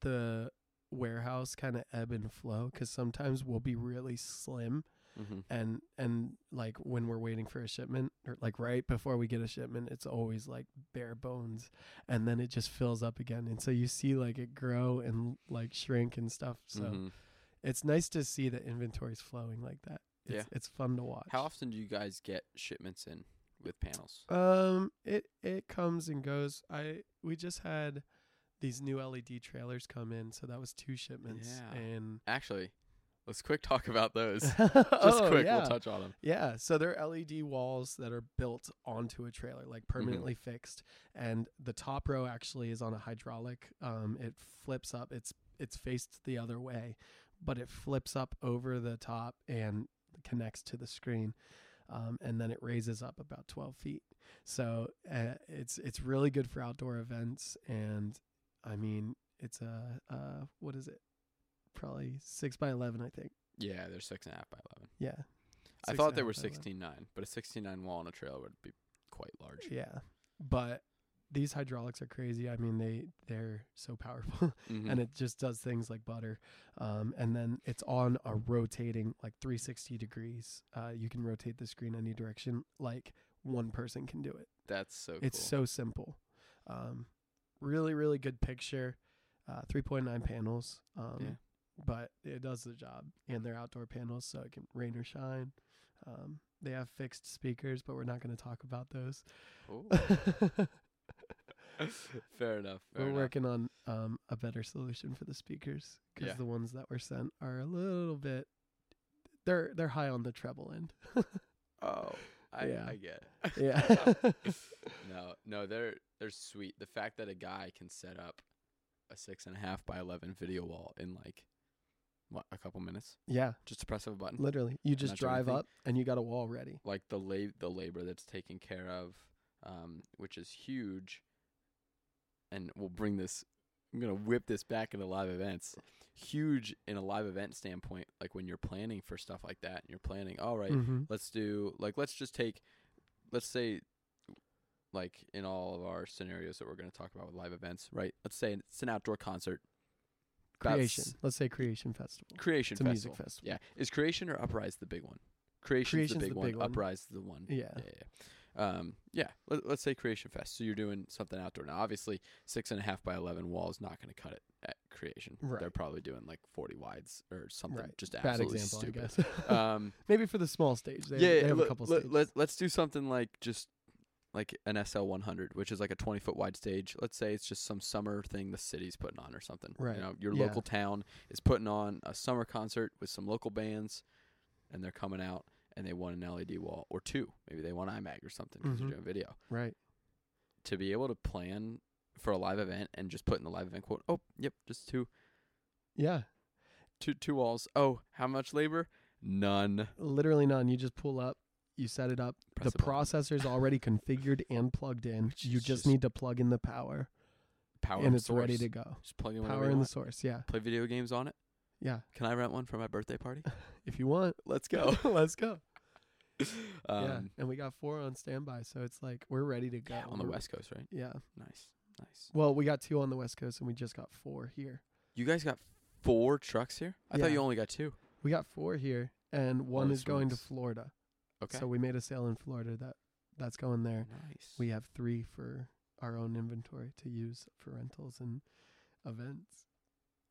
Speaker 2: the warehouse kind of ebb and flow because sometimes we'll be really slim
Speaker 1: Mm-hmm.
Speaker 2: and and like when we're waiting for a shipment or like right before we get a shipment it's always like bare bones and then it just fills up again and so you see like it grow and like shrink and stuff so
Speaker 1: hmm
Speaker 2: it's nice to see that inventory's flowing like that it's, it's fun to watch
Speaker 1: How often do you guys get shipments in with panels?
Speaker 2: Um, it it comes and goes. I we just had these new LED trailers come in, so that was two shipments.
Speaker 1: Yeah.
Speaker 2: And
Speaker 1: Actually, let's quick talk about those. Just
Speaker 2: just
Speaker 1: quick,
Speaker 2: Oh, yeah.
Speaker 1: we'll touch on them.
Speaker 2: Yeah, so they're LED walls that are built onto a trailer, like
Speaker 1: Mm-hmm.
Speaker 2: permanently fixed, and the top row actually is on a hydraulic. Um, it flips up. It's it's faced the other way, but it flips up over the top and connects to the screen, um, and then it raises up about twelve feet. So uh, it's it's really good for outdoor events, and I mean it's a uh, what is it? Probably six by eleven, I think.
Speaker 1: Yeah, they're six and a half by eleven.
Speaker 2: Yeah.
Speaker 1: I
Speaker 2: Six
Speaker 1: thought
Speaker 2: and a
Speaker 1: they
Speaker 2: half
Speaker 1: were
Speaker 2: by 11.
Speaker 1: sixteen nine, but a sixteen nine wall on a trailer would be quite large.
Speaker 2: Yeah, but these hydraulics are crazy. I mean, they they're so powerful,
Speaker 1: Mhm.
Speaker 2: and it just does things like butter. Um, and then it's on a rotating like 360 degrees. Uh, you can rotate the screen any direction. Like one person can do it.
Speaker 1: that's so
Speaker 2: It's
Speaker 1: Oh, cool.
Speaker 2: so simple. Um, really, really good picture. Uh, 3.9 panels. Um,
Speaker 1: Yeah.
Speaker 2: But it does the job, and they're outdoor panels, so it can rain or shine. Um, They have fixed speakers, but we're not going to talk about those.
Speaker 1: Ooh. fair enough. Fair
Speaker 2: we're
Speaker 1: enough.
Speaker 2: working on um, a better solution for the speakers because
Speaker 1: Yeah.
Speaker 2: the ones that were sent are a little bit. They're they're high on the treble end.
Speaker 1: Oh, I,
Speaker 2: Yeah.
Speaker 1: I get it.
Speaker 2: yeah.
Speaker 1: no, no, they're they're sweet. The fact that a guy can set up a six and a half by eleven video wall in like what a couple minutes,
Speaker 2: yeah.
Speaker 1: just the press of a button.
Speaker 2: Literally, you just
Speaker 1: not doing
Speaker 2: drive
Speaker 1: anything.
Speaker 2: up and you got a wall ready.
Speaker 1: like the la- the labor that's taken care of, um, which is huge. And we'll bring this. I'm gonna whip this back into live events. Huge in a live event standpoint, like when you're planning for stuff like that, and you're planning, all right,
Speaker 2: Mm-hmm.
Speaker 1: let's do like let's just take, let's say, like in all of our scenarios that we're gonna talk about with live events, right? Let's say it's an outdoor concert, about
Speaker 2: Creation.
Speaker 1: s-
Speaker 2: Let's say creation festival.
Speaker 1: creation,
Speaker 2: It's a
Speaker 1: festival.
Speaker 2: music festival.
Speaker 1: Yeah, is creation or uprise the big one? Creation's, the
Speaker 2: Creation's
Speaker 1: big,
Speaker 2: the
Speaker 1: one.
Speaker 2: big one.
Speaker 1: Uprise the one
Speaker 2: Yeah.
Speaker 1: yeah, yeah. Um, yeah. Let, let's say Creation Fest. So you're doing something outdoor. Now, obviously, six and a half by eleven wall is not going to cut it at Creation. They're
Speaker 2: Right.
Speaker 1: probably doing like forty wides or something.
Speaker 2: Right.
Speaker 1: Just
Speaker 2: Bad
Speaker 1: absolutely
Speaker 2: example,
Speaker 1: stupid.
Speaker 2: I guess.
Speaker 1: Um,
Speaker 2: Maybe for the small stage. They,
Speaker 1: yeah,
Speaker 2: they have
Speaker 1: let,
Speaker 2: a couple
Speaker 1: let,
Speaker 2: stages.
Speaker 1: let, let's do something like just like an SL 100, which is like a 20 foot wide stage. Let's say it's just some summer thing the city's putting on or something.
Speaker 2: Right.
Speaker 1: You know, your
Speaker 2: Yeah.
Speaker 1: local town is putting on a summer concert with some local bands, and they're coming out and they want an LED wall or two. Maybe they want iMag or something because
Speaker 2: Mhm.
Speaker 1: they're doing video.
Speaker 2: right.
Speaker 1: To be able to plan for a live event and just put in the live event quote, oh, yep, just two,
Speaker 2: Yeah.
Speaker 1: two, two walls. Oh, how much labor? None.
Speaker 2: Literally none. You just pull up. You set it up.
Speaker 1: Press
Speaker 2: the
Speaker 1: a button.
Speaker 2: processor's already configured and plugged in.
Speaker 1: Which
Speaker 2: You
Speaker 1: is
Speaker 2: just,
Speaker 1: just
Speaker 2: need to plug in the power,
Speaker 1: power
Speaker 2: and
Speaker 1: and
Speaker 2: it's
Speaker 1: source.
Speaker 2: ready to go.
Speaker 1: just plug in whatever
Speaker 2: Power
Speaker 1: you
Speaker 2: in the
Speaker 1: want.
Speaker 2: source. Yeah.
Speaker 1: play video games on it.
Speaker 2: Yeah.
Speaker 1: Can I rent one for my birthday party?
Speaker 2: If you want,
Speaker 1: Let's go.
Speaker 2: Let's go.
Speaker 1: Um,
Speaker 2: yeah. And we got four on standby, so it's like we're ready to go.
Speaker 1: yeah, on the
Speaker 2: We're-
Speaker 1: West Coast, right?
Speaker 2: Yeah.
Speaker 1: Nice, nice.
Speaker 2: Well, we got two on the West Coast, and we just got four here.
Speaker 1: You guys got four trucks here? I thought
Speaker 2: Yeah.
Speaker 1: you only got two.
Speaker 2: We got four here, and one
Speaker 1: Holy
Speaker 2: is going to
Speaker 1: smokes.
Speaker 2: Florida.
Speaker 1: Okay.
Speaker 2: So we made a sale in Florida that that's going there.
Speaker 1: nice.
Speaker 2: We have three for our own inventory to use for rentals and events.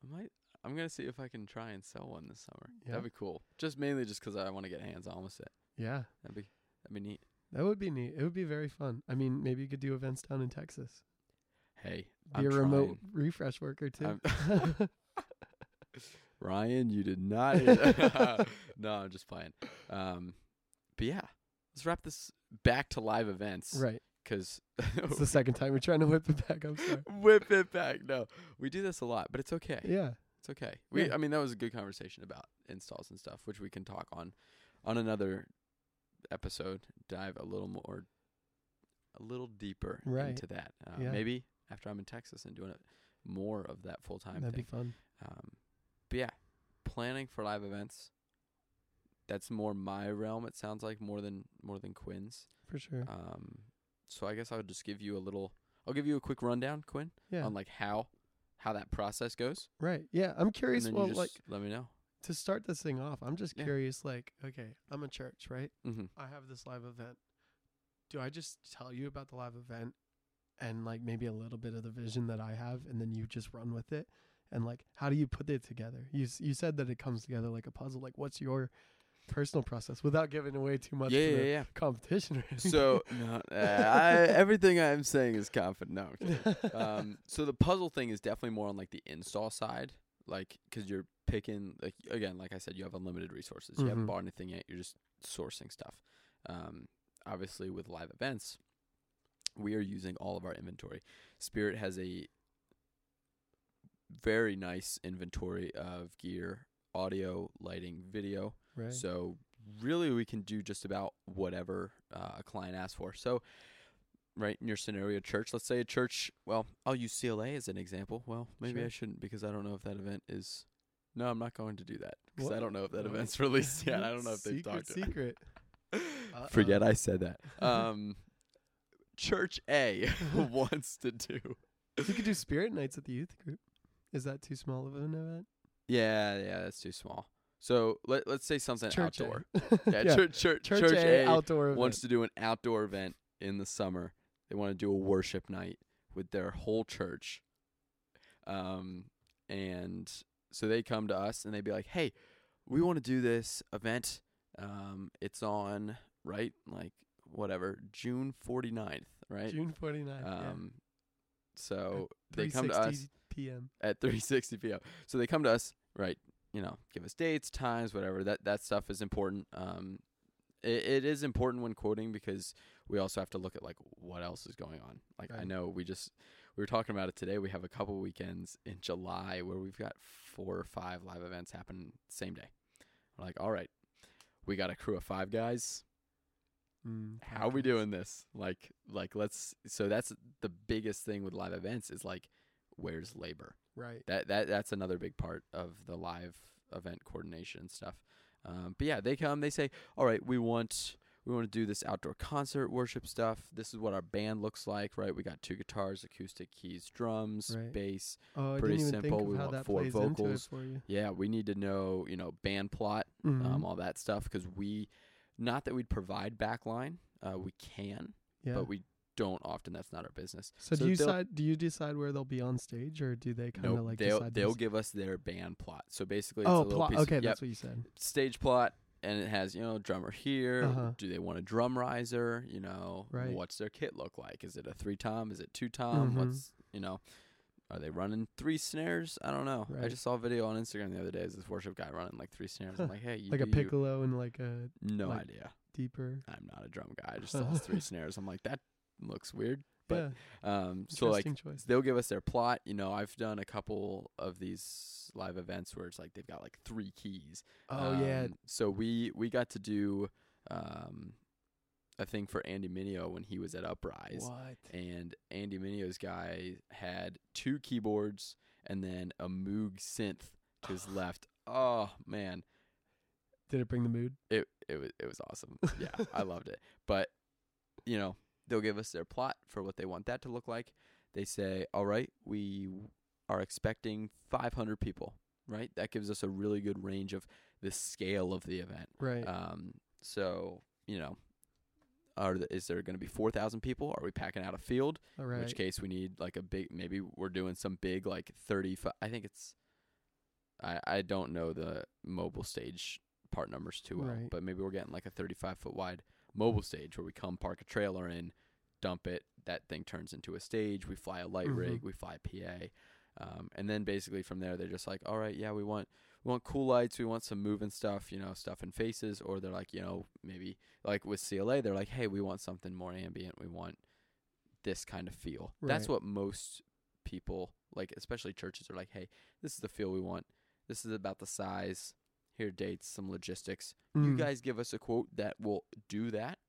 Speaker 1: I might. I'm gonna see if I can try and sell one this summer.
Speaker 2: Yeah.
Speaker 1: That'd be cool. Just mainly just 'cause I want to get hands on with it.
Speaker 2: Yeah,
Speaker 1: That'd be that'd be neat.
Speaker 2: that would be neat. It would be very fun. I mean, maybe you could do events down in Texas.
Speaker 1: Hey,
Speaker 2: Be
Speaker 1: I'm
Speaker 2: a remote refresh worker too.
Speaker 1: trying. I'm- Ryan, you did not. Hear no, I'm just playing. Um, but yeah, let's wrap this back to live events.
Speaker 2: right.
Speaker 1: because
Speaker 2: It's the second time we're trying to whip it back. I'm sorry.
Speaker 1: whip it back. No, we do this a lot, but it's okay.
Speaker 2: Yeah.
Speaker 1: It's okay. We,
Speaker 2: Yeah.
Speaker 1: I mean, that was a good conversation about installs and stuff, which we can talk on on another episode. Dive a little more, a little deeper
Speaker 2: Right.
Speaker 1: into that. Uh,
Speaker 2: Yeah.
Speaker 1: Maybe after I'm in Texas and doing it more of that full time
Speaker 2: That'd
Speaker 1: thing.
Speaker 2: be fun.
Speaker 1: Um, but yeah, planning for live events. That's more my realm. It sounds like more than more than Quinn's.
Speaker 2: For sure.
Speaker 1: Um, so I guess I would just give you a little. I'll give you a quick rundown, Quinn,
Speaker 2: yeah.
Speaker 1: on like how how that process goes,
Speaker 2: right. Yeah. I'm
Speaker 1: and
Speaker 2: curious.
Speaker 1: then
Speaker 2: Well,
Speaker 1: you just
Speaker 2: like
Speaker 1: let me know.
Speaker 2: to start this thing off, I'm just
Speaker 1: Yeah.
Speaker 2: curious. Like, okay, I'm a church, right?
Speaker 1: Mm-hmm.
Speaker 2: I have this live event. Do I just tell you about the live event and like maybe a little bit of the vision that I have and then you just run with it? And like how do you put it together? You s- you said that it comes together like a puzzle. Like what's your personal process without giving away too much
Speaker 1: Yeah,
Speaker 2: for
Speaker 1: yeah,
Speaker 2: the
Speaker 1: yeah.
Speaker 2: competition? or anything?
Speaker 1: So no, uh, I, everything I'm saying is confident. No, I'm kidding. um, so the puzzle thing is definitely more on like the install side, like because you're picking like again, like I said, you have unlimited resources. You haven't
Speaker 2: Mhm.
Speaker 1: bought anything yet. You're just sourcing stuff. Um, obviously, with live events, we are using all of our inventory. Spirit has a very nice inventory of gear, audio, lighting, video.
Speaker 2: right.
Speaker 1: So really, we can do just about whatever uh, a client asks for. So, right in your scenario, church. Let's say a church. Well, I'll use CLA as an example. Well, maybe
Speaker 2: Sure.
Speaker 1: I shouldn't because I don't know if that event is. No, I'm not going to do that because I
Speaker 2: What?
Speaker 1: don't know if that
Speaker 2: No.
Speaker 1: event's released yet. I don't know if they've
Speaker 2: secret,
Speaker 1: talked. To
Speaker 2: secret.
Speaker 1: Forget
Speaker 2: Uh-oh.
Speaker 1: I said that. Um, church A wants to do.
Speaker 2: You could do spirit nights at the youth group. Is that too small of an event?
Speaker 1: Yeah, yeah, that's too small. So let let's say something
Speaker 2: Church A.
Speaker 1: outdoor.
Speaker 2: yeah,
Speaker 1: Yeah, Church, church,
Speaker 2: church,
Speaker 1: church
Speaker 2: A,
Speaker 1: A
Speaker 2: outdoor event.
Speaker 1: wants to do an outdoor event in the summer. They want to do a worship night with their whole church. Um, and so they come to us and they be like, "Hey, we want to do this event. Um, it's on right? Like whatever, June 49th, right?
Speaker 2: June 49th.
Speaker 1: um so
Speaker 2: yeah.
Speaker 1: they come to us
Speaker 2: 3:60 p.m.
Speaker 1: at 3:60 p.m. So they come to us, right? You know, give us dates, times, whatever. That that stuff is important. Um, it, it is important when quoting because we also have to look at like what else is going on. Like I
Speaker 2: Right.
Speaker 1: know we just we were talking about it today. We have a couple weekends in July where we've got four or five live events happen same day. We're like, all right, we got a crew of five guys
Speaker 2: Mm,
Speaker 1: how we
Speaker 2: podcast.
Speaker 1: doing this like like let's so that's the biggest thing with live events is like where's labor
Speaker 2: Right.
Speaker 1: that that that's another big part of the live event coordination and stuff um, but yeah they come they say all right we want we want to do this outdoor concert worship stuff this is what our band looks like right we got two guitars acoustic keys drums
Speaker 2: Right.
Speaker 1: bass
Speaker 2: Oh, I
Speaker 1: Pretty
Speaker 2: didn't even
Speaker 1: simple.
Speaker 2: think
Speaker 1: We
Speaker 2: of how
Speaker 1: want
Speaker 2: that
Speaker 1: four
Speaker 2: plays into it
Speaker 1: vocals.
Speaker 2: for you. Mm-hmm.
Speaker 1: yeah we need to know you know band plot um, all that stuff because we not that we'd provide backline uh, we can
Speaker 2: yeah.
Speaker 1: but we don't often that's not our business
Speaker 2: so, do you
Speaker 1: they'll-
Speaker 2: decide? Do you decide where they'll be on stage, or do they kind of
Speaker 1: nope,
Speaker 2: like
Speaker 1: they'll
Speaker 2: decide?
Speaker 1: they'll
Speaker 2: themselves?
Speaker 1: give us their band plot so basically it's a
Speaker 2: Oh,
Speaker 1: little
Speaker 2: plot.
Speaker 1: piece
Speaker 2: Okay,
Speaker 1: of, yep,
Speaker 2: that's what you said.
Speaker 1: stage plot and it has you know drummer here
Speaker 2: Uh-huh.
Speaker 1: do they want a drum riser you know
Speaker 2: Right.
Speaker 1: what's their kit look like is it a three tom is it two tom
Speaker 2: Mhm.
Speaker 1: what's you know are they running three snares i don't know i
Speaker 2: Right.
Speaker 1: just saw a video on instagram the other day is this worship guy running like three snares i'm like hey you
Speaker 2: Like a
Speaker 1: do you."
Speaker 2: piccolo and like a
Speaker 1: no
Speaker 2: like-
Speaker 1: idea
Speaker 2: deeper.
Speaker 1: i'm not a drum guy i just saw his three snares i'm like that looks weird But,
Speaker 2: yeah,
Speaker 1: um so like
Speaker 2: interesting choice.
Speaker 1: they'll give us their plot. You know, I've done a couple of these live events where it's like they've got like three keys.
Speaker 2: Oh yeah,
Speaker 1: Um, So we we got to do um a thing for Andy Minio when he was at Uprise.
Speaker 2: what?
Speaker 1: And Andy Minio's guy had two keyboards and then a Moog synth to his left. Oh man,
Speaker 2: Did it bring the mood?
Speaker 1: it it was it was awesome. Yeah, I loved it. But you know, they'll give us their plot for what they want that to look like. They say, "All right, we are expecting 500 people." Right? That gives us a really good range of the scale of the event.
Speaker 2: Right.
Speaker 1: Um, so you know, are the, is there going to be 4,000 people? Are we packing out a field?
Speaker 2: All right.
Speaker 1: In which case, we need like a big. Maybe we're doing some big like 35. I think it's. I I don't know the mobile stage part numbers too well,
Speaker 2: Right.
Speaker 1: but maybe we're getting like a 35 foot wide mobile stage where we come park a trailer in, dump it. That thing turns into a stage. We fly a light
Speaker 2: Mhm.
Speaker 1: rig. We fly PA. Um, and then basically from there they're just like, all right, yeah, we want we want cool lights, we want some moving stuff, you know, stuff in faces, or they're like, you know, maybe like with CLA, they're like, hey, we want something more ambient, we want this kind of feel. That's
Speaker 2: Right.
Speaker 1: what most people like, especially churches are like, hey, this is the feel we want. This is about the size. Here are dates, some logistics. You
Speaker 2: Mm,
Speaker 1: guys give us a quote that will do that,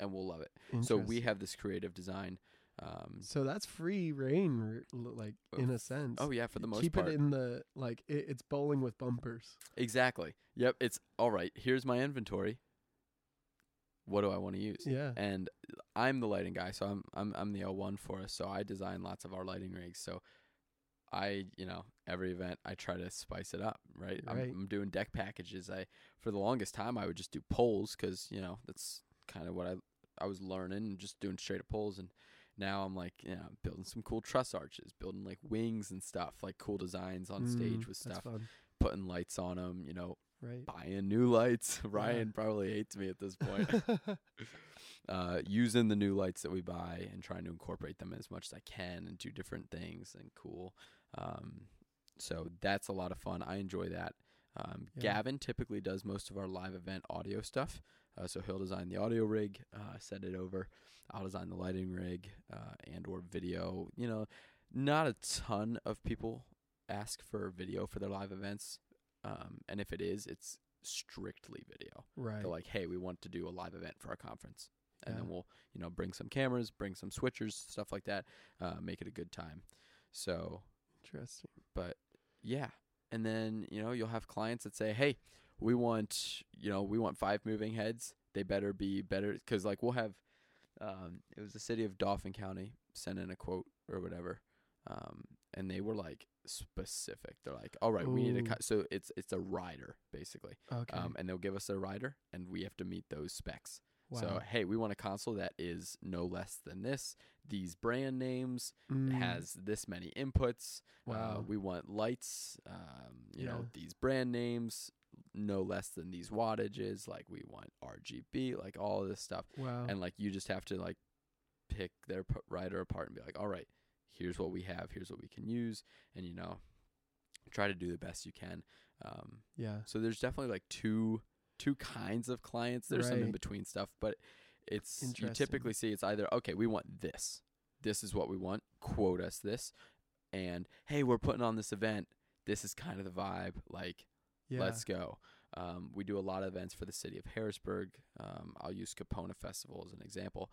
Speaker 1: and we'll love it. So we
Speaker 2: interesting.
Speaker 1: have this creative design. Um,
Speaker 2: So that's free reign, r- l- like
Speaker 1: Uh,
Speaker 2: in a sense.
Speaker 1: oh yeah, for the most
Speaker 2: keep
Speaker 1: part,
Speaker 2: it in the like it, it's bowling with bumpers.
Speaker 1: Exactly. Yep. It's all right. Here's my inventory. What do I want to use?
Speaker 2: Yeah.
Speaker 1: And I'm the lighting guy, so I'm I'm I'm the L1 for us. So I design lots of our lighting rigs. So I, you know, every event I try to spice it up, right? I'm,
Speaker 2: Right.
Speaker 1: I'm doing deck packages. I for the longest time I would just do poles because you know that's kind of what I I was learning and just doing straight up poles. And now I'm like, you know, building some cool truss arches, building like wings and stuff, like cool designs on stage
Speaker 2: Mm,
Speaker 1: with
Speaker 2: that's
Speaker 1: stuff,
Speaker 2: fun.
Speaker 1: putting lights on them. You know,
Speaker 2: Right.
Speaker 1: buying new lights. Ryan probably hates me at this point. uh, using the new lights that we buy and trying to incorporate them as much as I can and do different things and cool. Um, so that's a lot of fun. I enjoy that. Um,
Speaker 2: Yeah.
Speaker 1: Gavin typically does most of our live event audio stuff. Uh, so he'll design the audio rig, uh, send it over. I'll design the lighting rig uh, and or video. You know, not a ton of people ask for video for their live events. Um, and if it is, it's strictly video.
Speaker 2: right.
Speaker 1: They're like, hey, we want to do a live event for our conference. And then
Speaker 2: Yeah.
Speaker 1: we'll, you know, bring some cameras, bring some switchers, stuff like that, uh, make it a good time. So,
Speaker 2: Interesting.
Speaker 1: but yeah. And then, you know, you'll have clients that say, hey, we want, you know, we want five moving heads. They better be better. Cause like we'll have, um, it was the city of Dauphin County send in a quote or whatever. Um, and they were like specific. They're like, all right, we need a
Speaker 2: Ooh.
Speaker 1: cut. So it's, it's a rider basically
Speaker 2: Okay.
Speaker 1: um, and they'll give us a rider, and we have to meet those specs.
Speaker 2: wow.
Speaker 1: So, hey, we want a console that is no less than this, these brand names,
Speaker 2: Mm,
Speaker 1: has this many inputs. Uh,
Speaker 2: wow.
Speaker 1: we want lights, um, you know,
Speaker 2: Yeah.
Speaker 1: these brand names, no less than these wattages. Like we want RGB, like all this stuff.
Speaker 2: Wow.
Speaker 1: And like you just have to like pick their p- rider apart and be like, all right, here's what we have. Here's what we can use. And you know, try to do the best you can. Um,
Speaker 2: yeah.
Speaker 1: so there's definitely like two two kinds of clients. There's some in
Speaker 2: Right.
Speaker 1: between stuff, but it's you
Speaker 2: Interesting.
Speaker 1: typically see it's either okay, we want this. This is what we want. Quote us this. And hey, we're putting on this event. This is kind of the vibe. Like
Speaker 2: Yeah.
Speaker 1: Let's go. Um, we do a lot of events for the city of Harrisburg. Um, I'll use Capona Festival as an example.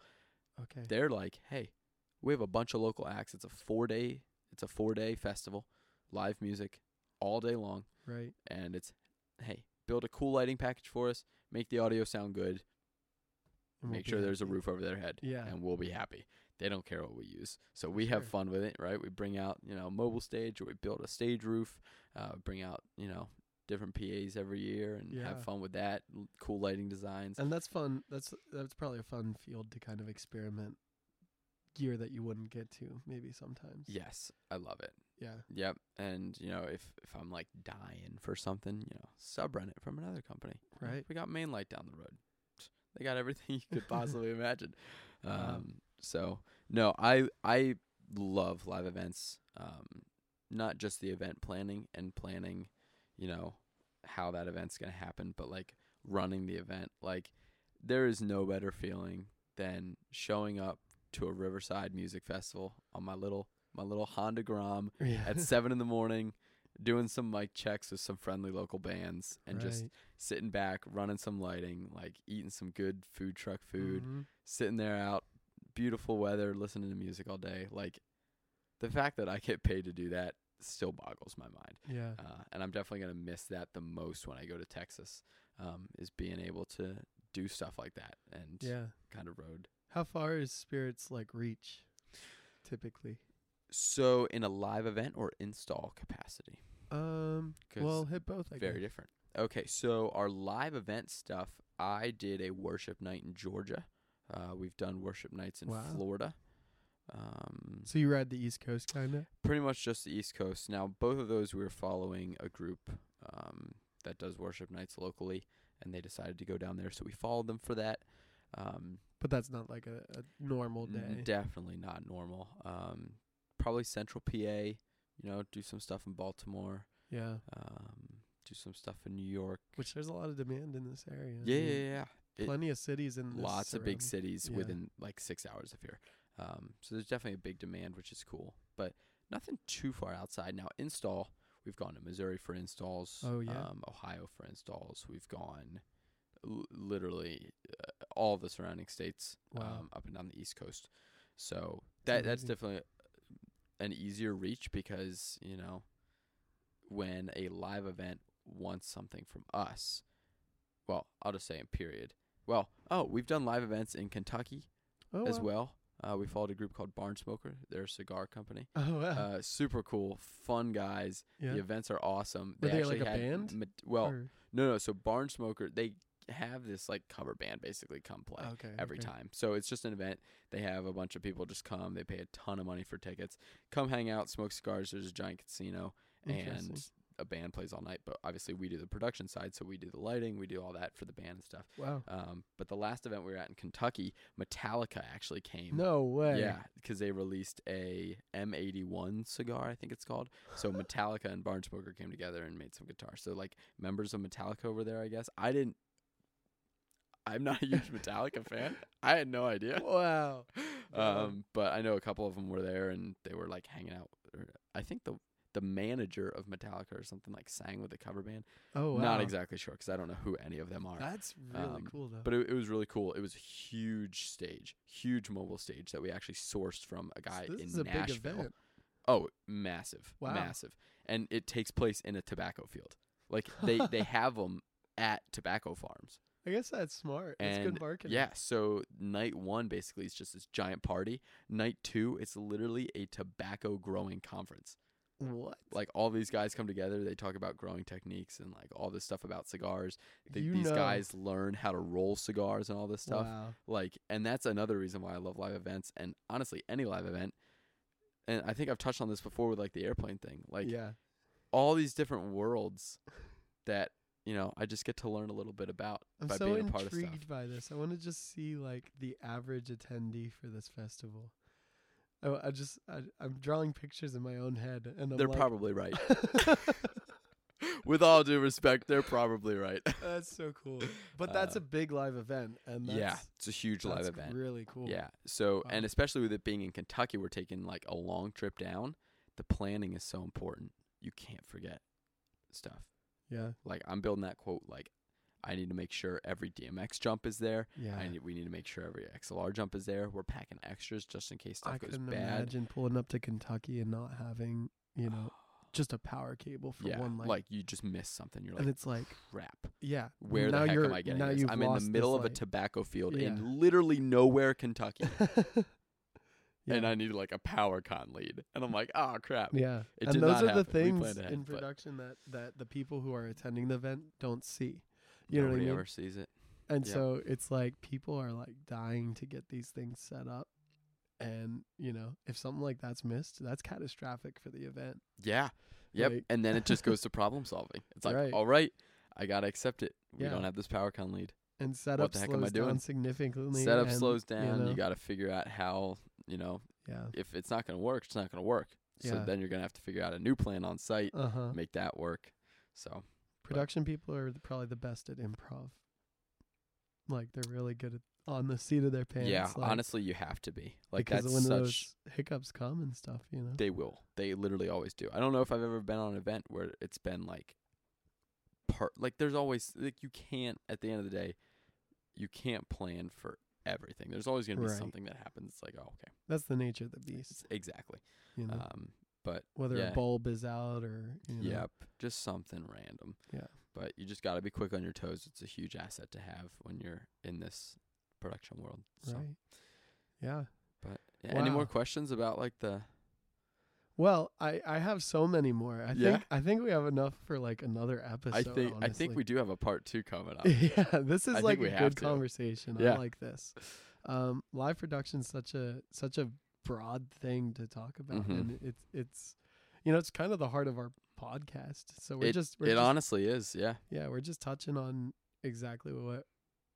Speaker 2: okay.
Speaker 1: They're like, hey, we have a bunch of local acts. It's a four day, it's a four day festival, live music all day long,
Speaker 2: Right.
Speaker 1: and it's, hey, build a cool lighting package for us, make the audio sound good,
Speaker 2: And we'll
Speaker 1: make
Speaker 2: be
Speaker 1: sure
Speaker 2: happy.
Speaker 1: there's a roof over their head,
Speaker 2: Yeah.
Speaker 1: and we'll be happy. They don't care what we use, so we have
Speaker 2: Sure.
Speaker 1: fun with it, right? We bring out you know mobile stage, or we build a stage roof, uh, bring out you know different PAs every year, and
Speaker 2: Yeah.
Speaker 1: have fun with that. l- Cool lighting designs.
Speaker 2: And that's fun. That's that's probably a fun field to kind of experiment gear that you wouldn't get to maybe sometimes.
Speaker 1: Yes, I love it.
Speaker 2: Yeah.
Speaker 1: Yep, and you know if if I'm like dying for something, you know, subreddit from another company. You know,
Speaker 2: Right.
Speaker 1: we got Mainlight down the road. They got everything you could possibly imagine.
Speaker 2: Wow.
Speaker 1: Um, so no, I I love live events. Um, not just the event planning and planning, you know, how that event's gonna happen, but like running the event. Like there is no better feeling than showing up to a Riverside Music Festival on my little my little Honda Grom
Speaker 2: Yeah.
Speaker 1: at seven in the morning, doing some mic checks with some friendly local bands, and just
Speaker 2: Right.
Speaker 1: sitting back, running some lighting, like eating some good food truck food,
Speaker 2: Mhm.
Speaker 1: sitting there out, beautiful weather, listening to music all day. Like the fact that I get paid to do that still boggles my mind,
Speaker 2: Yeah.
Speaker 1: uh, and I'm definitely gonna miss that the most when I go to Texas. Um, is being able to do stuff like that and
Speaker 2: yeah.
Speaker 1: kind of road.
Speaker 2: How far is spirits like reach typically?
Speaker 1: So in a live event or install capacity.
Speaker 2: Um
Speaker 1: 'Cause
Speaker 2: well hit both I
Speaker 1: Very
Speaker 2: guess.
Speaker 1: different. Okay, so our live event stuff, I did a worship night in Georgia. Uh, we've done worship nights in
Speaker 2: Wow.
Speaker 1: Florida. Um,
Speaker 2: So you ride the East Coast kinda?
Speaker 1: pretty much just the East Coast. Now, both of those we were following a group um, that does worship nights locally, and they decided to go down there, so we followed them for that. Um,
Speaker 2: But that's not like a, a normal day.
Speaker 1: n- Definitely not normal. Um, probably Central PA. You know, do some stuff in Baltimore.
Speaker 2: yeah.
Speaker 1: Um, do some stuff in New York.
Speaker 2: Which there's a lot of demand in this area. I
Speaker 1: yeah, yeah,
Speaker 2: mean,
Speaker 1: yeah, yeah. It-
Speaker 2: Plenty of cities in this
Speaker 1: lots of big
Speaker 2: surrounding-
Speaker 1: cities
Speaker 2: yeah.
Speaker 1: within like six hours of here. Um, so there's definitely a big demand, which is cool, but nothing too far outside. Now, install, we've gone to Missouri for installs.
Speaker 2: Oh, yeah.
Speaker 1: Um, Ohio for installs. We've gone l- literally uh, all the surrounding states
Speaker 2: Wow.
Speaker 1: um, up and down the East Coast. So that that's
Speaker 2: amazing.
Speaker 1: definitely an easier reach because, you know, when a live event wants something from us, well, I'll just say in period. Well, oh, we've done live events in Kentucky
Speaker 2: oh,
Speaker 1: as
Speaker 2: wow.
Speaker 1: well. Uh, we followed a group called Barn Smoker. They're a cigar company.
Speaker 2: Oh wow.
Speaker 1: Uh, super cool, fun guys.
Speaker 2: yeah.
Speaker 1: The events are awesome.
Speaker 2: Were they, like,
Speaker 1: actually
Speaker 2: a
Speaker 1: had
Speaker 2: band?
Speaker 1: mat- well,
Speaker 2: Or-
Speaker 1: no, no. So Barn Smoker, they have this like cover band basically come play
Speaker 2: okay.
Speaker 1: every
Speaker 2: okay.
Speaker 1: time. So it's just an event. They have a bunch of people just come. They pay a ton of money for tickets. Come hang out, smoke cigars. There's a giant casino
Speaker 2: Interesting.
Speaker 1: and a band plays all night. But obviously, we do the production side, so we do the lighting, we do all that for the band and stuff.
Speaker 2: Wow.
Speaker 1: Um, but the last event we were at in Kentucky, Metallica actually came.
Speaker 2: No way.
Speaker 1: Yeah, because they released a M81 cigar, I think it's called. So Metallica and Barn Smoker came together and made some guitar. So like members of Metallica over there, I guess. I didn't. I'm not a huge Metallica fan. I had no idea.
Speaker 2: Wow. Wow.
Speaker 1: Um, but I know a couple of them were there and they were like hanging out. Or I think the the manager of Metallica or something like sang with the cover band.
Speaker 2: Oh wow.
Speaker 1: Not exactly sure because I don't know who any of them are.
Speaker 2: That's really
Speaker 1: Um,
Speaker 2: cool though.
Speaker 1: But it, it was really cool. It was a huge stage, huge mobile stage that we actually sourced from a
Speaker 2: So
Speaker 1: guy
Speaker 2: this
Speaker 1: in
Speaker 2: is a
Speaker 1: Nashville.
Speaker 2: big event.
Speaker 1: Oh, massive,
Speaker 2: Wow.
Speaker 1: massive, and it takes place in a tobacco field. Like they they have them at tobacco farms.
Speaker 2: I guess that's smart. That's
Speaker 1: And,
Speaker 2: good marketing.
Speaker 1: Yeah. So night one basically is just this giant party. Night two, it's literally a tobacco growing conference.
Speaker 2: What?
Speaker 1: Like all these guys come together, they talk about growing techniques and like all this stuff about cigars. They,
Speaker 2: You
Speaker 1: these
Speaker 2: know.
Speaker 1: guys learn how to roll cigars and all this stuff
Speaker 2: Wow.
Speaker 1: like and that's another reason why i love live events and honestly any live event and i think i've touched on this before with like the airplane thing like
Speaker 2: yeah.
Speaker 1: all these different worlds that you know, I just get to learn a little bit about
Speaker 2: I'm
Speaker 1: by
Speaker 2: so
Speaker 1: being a part of stuff.
Speaker 2: intrigued by this. I want to just see like the average attendee for this festival. Oh, I just I, I'm drawing pictures in my own head, and I'm
Speaker 1: They're
Speaker 2: like,
Speaker 1: probably right. With all due respect, they're probably right.
Speaker 2: that's so cool. But that's
Speaker 1: Uh,
Speaker 2: a big live event, and that's,
Speaker 1: yeah, it's a huge live
Speaker 2: that's
Speaker 1: event.
Speaker 2: really cool.
Speaker 1: Yeah. So, and
Speaker 2: Wow.
Speaker 1: especially with it being in Kentucky, we're taking like a long trip down. The planning is so important. You can't forget stuff.
Speaker 2: yeah,
Speaker 1: Like I'm building that quote. Like I need to make sure every DMX jump is there.
Speaker 2: yeah.
Speaker 1: I need, we need to make sure every XLR jump is there. We're packing extras just in case stuff
Speaker 2: I
Speaker 1: goes
Speaker 2: couldn't
Speaker 1: bad.
Speaker 2: imagine pulling up to Kentucky and not having you know just a power cable for
Speaker 1: yeah,
Speaker 2: one light,
Speaker 1: like you just miss something. You're
Speaker 2: and
Speaker 1: like,
Speaker 2: it's like
Speaker 1: crap.
Speaker 2: yeah.
Speaker 1: Where
Speaker 2: now
Speaker 1: the heck
Speaker 2: you're
Speaker 1: am I getting
Speaker 2: now
Speaker 1: this?
Speaker 2: you've
Speaker 1: I'm in the
Speaker 2: lost this
Speaker 1: middle of a
Speaker 2: light.
Speaker 1: tobacco field
Speaker 2: Yeah.
Speaker 1: in literally nowhere, Kentucky,
Speaker 2: yeah.
Speaker 1: and I need like a power con lead. And I'm like, oh crap.
Speaker 2: Yeah.
Speaker 1: It
Speaker 2: and
Speaker 1: did
Speaker 2: those
Speaker 1: not
Speaker 2: are the
Speaker 1: happen. We planned
Speaker 2: things
Speaker 1: ahead,
Speaker 2: in
Speaker 1: but-
Speaker 2: production that, that the people who are attending the event don't see. You know what I
Speaker 1: Nobody
Speaker 2: mean?
Speaker 1: ever sees it.
Speaker 2: And
Speaker 1: Yep.
Speaker 2: so it's like people are like dying to get these things set up. And, you know, if something like that's missed, that's catastrophic for the event.
Speaker 1: Yeah. Yep.
Speaker 2: Like-
Speaker 1: and then it just goes to problem solving. It's like,
Speaker 2: Right.
Speaker 1: all right, I gotta accept it. We
Speaker 2: Yeah.
Speaker 1: don't have this power con lead.
Speaker 2: And
Speaker 1: What
Speaker 2: setup
Speaker 1: the heck am I
Speaker 2: slows down
Speaker 1: doing?
Speaker 2: significantly.
Speaker 1: Setup
Speaker 2: and,
Speaker 1: slows
Speaker 2: you
Speaker 1: down. You,
Speaker 2: know,
Speaker 1: gotta figure out how, you know,
Speaker 2: yeah.
Speaker 1: if it's not gonna work, it's not gonna work. So
Speaker 2: Yeah.
Speaker 1: then you're gonna have to figure out a new plan on site,
Speaker 2: Uh huh.
Speaker 1: make that work. So
Speaker 2: Production people are the- probably the best at improv. Like they're really good at on the seat of their pants.
Speaker 1: yeah,
Speaker 2: like,
Speaker 1: honestly you have to be. Like
Speaker 2: because
Speaker 1: that's
Speaker 2: when
Speaker 1: such
Speaker 2: those hiccups come and stuff, you know.
Speaker 1: they will. They literally always do. I don't know if I've ever been on an event where it's been like part like there's always like you can't at the end of the day you can't plan for everything. There's always going to be
Speaker 2: Right.
Speaker 1: something that happens. It's like, oh, okay.
Speaker 2: That's the nature of the beast.
Speaker 1: It's- exactly.
Speaker 2: you know,
Speaker 1: Um but
Speaker 2: whether
Speaker 1: yeah.
Speaker 2: a bulb is out or you know,
Speaker 1: yep, just something random.
Speaker 2: Yeah.
Speaker 1: But you just got to be quick on your toes. It's a huge asset to have when you're in this production world. So,
Speaker 2: right? Yeah.
Speaker 1: but yeah, any
Speaker 2: Wow.
Speaker 1: more questions about like the
Speaker 2: Well, I I have so many more. I
Speaker 1: Yeah?
Speaker 2: think I think we have enough for like another episode.
Speaker 1: I think I think we
Speaker 2: honestly.
Speaker 1: do have a part 2 coming up.
Speaker 2: yeah, this
Speaker 1: I
Speaker 2: is
Speaker 1: think
Speaker 2: like
Speaker 1: we
Speaker 2: a
Speaker 1: have
Speaker 2: good
Speaker 1: to.
Speaker 2: conversation.
Speaker 1: Yeah.
Speaker 2: I like this. Um, live production's such a such a broad thing to talk about,
Speaker 1: Mhm.
Speaker 2: and it's it's you know it's kind of the heart of our podcast. So we're just we're
Speaker 1: it
Speaker 2: just,
Speaker 1: honestly is, yeah.
Speaker 2: yeah we're just touching on exactly what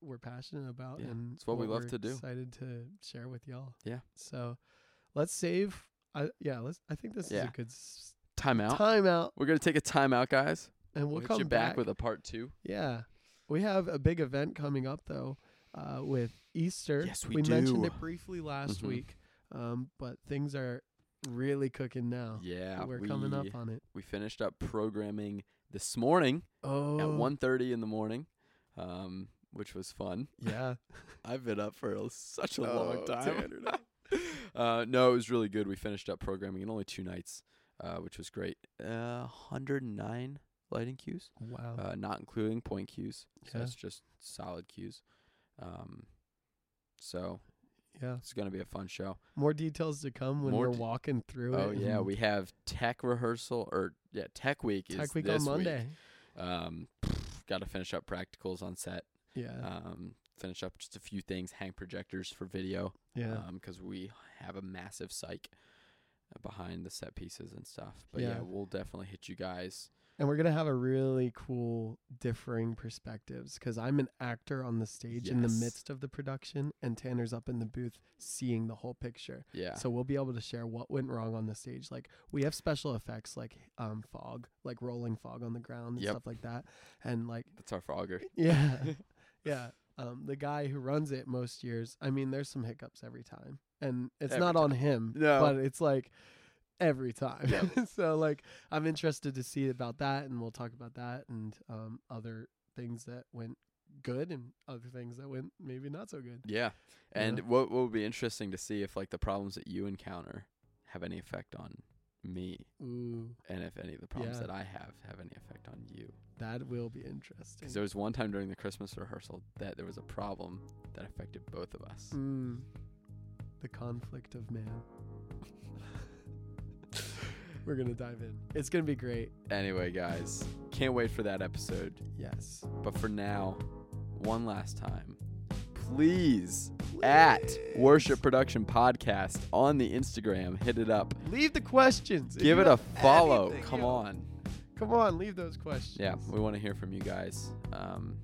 Speaker 2: we're passionate about
Speaker 1: Yeah,
Speaker 2: and
Speaker 1: it's what we love
Speaker 2: we're
Speaker 1: to do.
Speaker 2: excited to share with y'all
Speaker 1: Yeah.
Speaker 2: so let's save i yeah let's i think this is
Speaker 1: Yeah.
Speaker 2: a good s-
Speaker 1: Time out.
Speaker 2: timeout
Speaker 1: We're gonna take a timeout, guys.
Speaker 2: and we'll
Speaker 1: hit
Speaker 2: come
Speaker 1: you back, with a part two.
Speaker 2: yeah we have a big event coming up though uh with easter
Speaker 1: Yes, we
Speaker 2: mentioned
Speaker 1: do.
Speaker 2: it briefly last
Speaker 1: Mhm.
Speaker 2: week um but things are really cooking now
Speaker 1: Yeah,
Speaker 2: Oh, we're
Speaker 1: we,
Speaker 2: coming up on it
Speaker 1: We finished up programming this morning
Speaker 2: oh
Speaker 1: at one thirty in the morning, um, which was fun.
Speaker 2: yeah
Speaker 1: I've been up for a- such a
Speaker 2: Oh,
Speaker 1: long time.
Speaker 2: dude.
Speaker 1: uh, no, it was really good. We finished up programming in only two nights, uh, which was great. Uh, hundred and nine lighting cues,
Speaker 2: wow
Speaker 1: uh, not including point cues. So
Speaker 2: Oh. Yeah.
Speaker 1: it's just solid cues. Um, so
Speaker 2: yeah
Speaker 1: it's gonna be a fun show.
Speaker 2: More details to come when
Speaker 1: More
Speaker 2: we're
Speaker 1: de-
Speaker 2: walking through it.
Speaker 1: Oh yeah,
Speaker 2: and
Speaker 1: we have tech rehearsal or yeah, tech week is
Speaker 2: tech week
Speaker 1: this
Speaker 2: on Monday.
Speaker 1: Week. Um, got to finish up practicals on set.
Speaker 2: Yeah,
Speaker 1: Um, finish up just a few things, hang projectors for video.
Speaker 2: yeah,
Speaker 1: because we have a massive psych uh, behind the set pieces and stuff. But yeah,
Speaker 2: Yeah.
Speaker 1: we'll definitely hit you guys.
Speaker 2: and we're gonna have a really cool differing perspectives because I'm an actor on the stage in the
Speaker 1: Yes.
Speaker 2: midst of the production, and Tanner's up in the booth seeing the whole picture.
Speaker 1: Yeah,
Speaker 2: So we'll be able to share what went wrong on the stage. Like we have special effects like um fog, like rolling fog on the ground and
Speaker 1: Yep.
Speaker 2: stuff like that, and like
Speaker 1: that's our Frogger.
Speaker 2: Yeah. yeah. Um, the guy who runs it most years, I mean, there's some hiccups every time. And it's
Speaker 1: Every
Speaker 2: not on him,
Speaker 1: No.
Speaker 2: but it's like every time.
Speaker 1: Yeah.
Speaker 2: so, like, I'm interested to see about that, and we'll talk about that and um, other things that went good and other things that went maybe not so good.
Speaker 1: Yeah, and
Speaker 2: Yeah.
Speaker 1: what what would be interesting to see if like the problems that you encounter have any effect on me,
Speaker 2: Ooh,
Speaker 1: and if any of the problems
Speaker 2: Yeah.
Speaker 1: that I have have any effect on you.
Speaker 2: that will be interesting.
Speaker 1: Because there was one time during the Christmas rehearsal that there was a problem that affected both of us.
Speaker 2: Mm. the conflict of man. We're going to dive in. It's going to be great.
Speaker 1: Anyway, guys, can't wait for that episode.
Speaker 2: Yes.
Speaker 1: But for now, one last time, please, at Worship Production Podcast on the Instagram, hit it up.
Speaker 2: Leave the questions. If
Speaker 1: Give
Speaker 2: you
Speaker 1: it a
Speaker 2: have
Speaker 1: follow.
Speaker 2: anything,
Speaker 1: Come
Speaker 2: yo.
Speaker 1: on.
Speaker 2: Come on, leave those questions.
Speaker 1: Yeah, we want to hear from you guys. Um,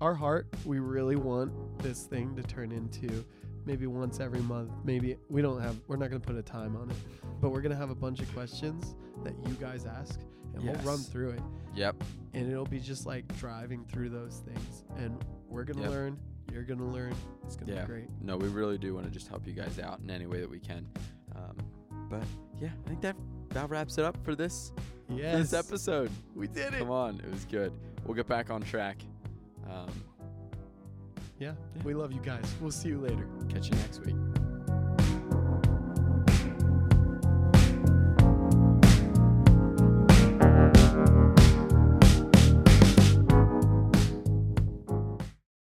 Speaker 2: Our heart, we really want this thing to turn into maybe once every month. Maybe we don't have, we're not going to put a time on it, but we're going to have a bunch of questions that you guys ask and we'll run
Speaker 1: Yes.
Speaker 2: through it.
Speaker 1: yep.
Speaker 2: And it'll be just like driving through those things. And we're going to
Speaker 1: Yep.
Speaker 2: learn. You're going to learn. It's going to
Speaker 1: Yeah.
Speaker 2: be great.
Speaker 1: No, we really do want to just help you guys out in any way that we can. Um, but yeah, I think that that wraps it up for this for
Speaker 2: Yes.
Speaker 1: this episode.
Speaker 2: We did it.
Speaker 1: Come on, it was good. We'll get back on track. Um,
Speaker 2: Yeah. We love you guys. We'll see you later.
Speaker 1: catch you next week.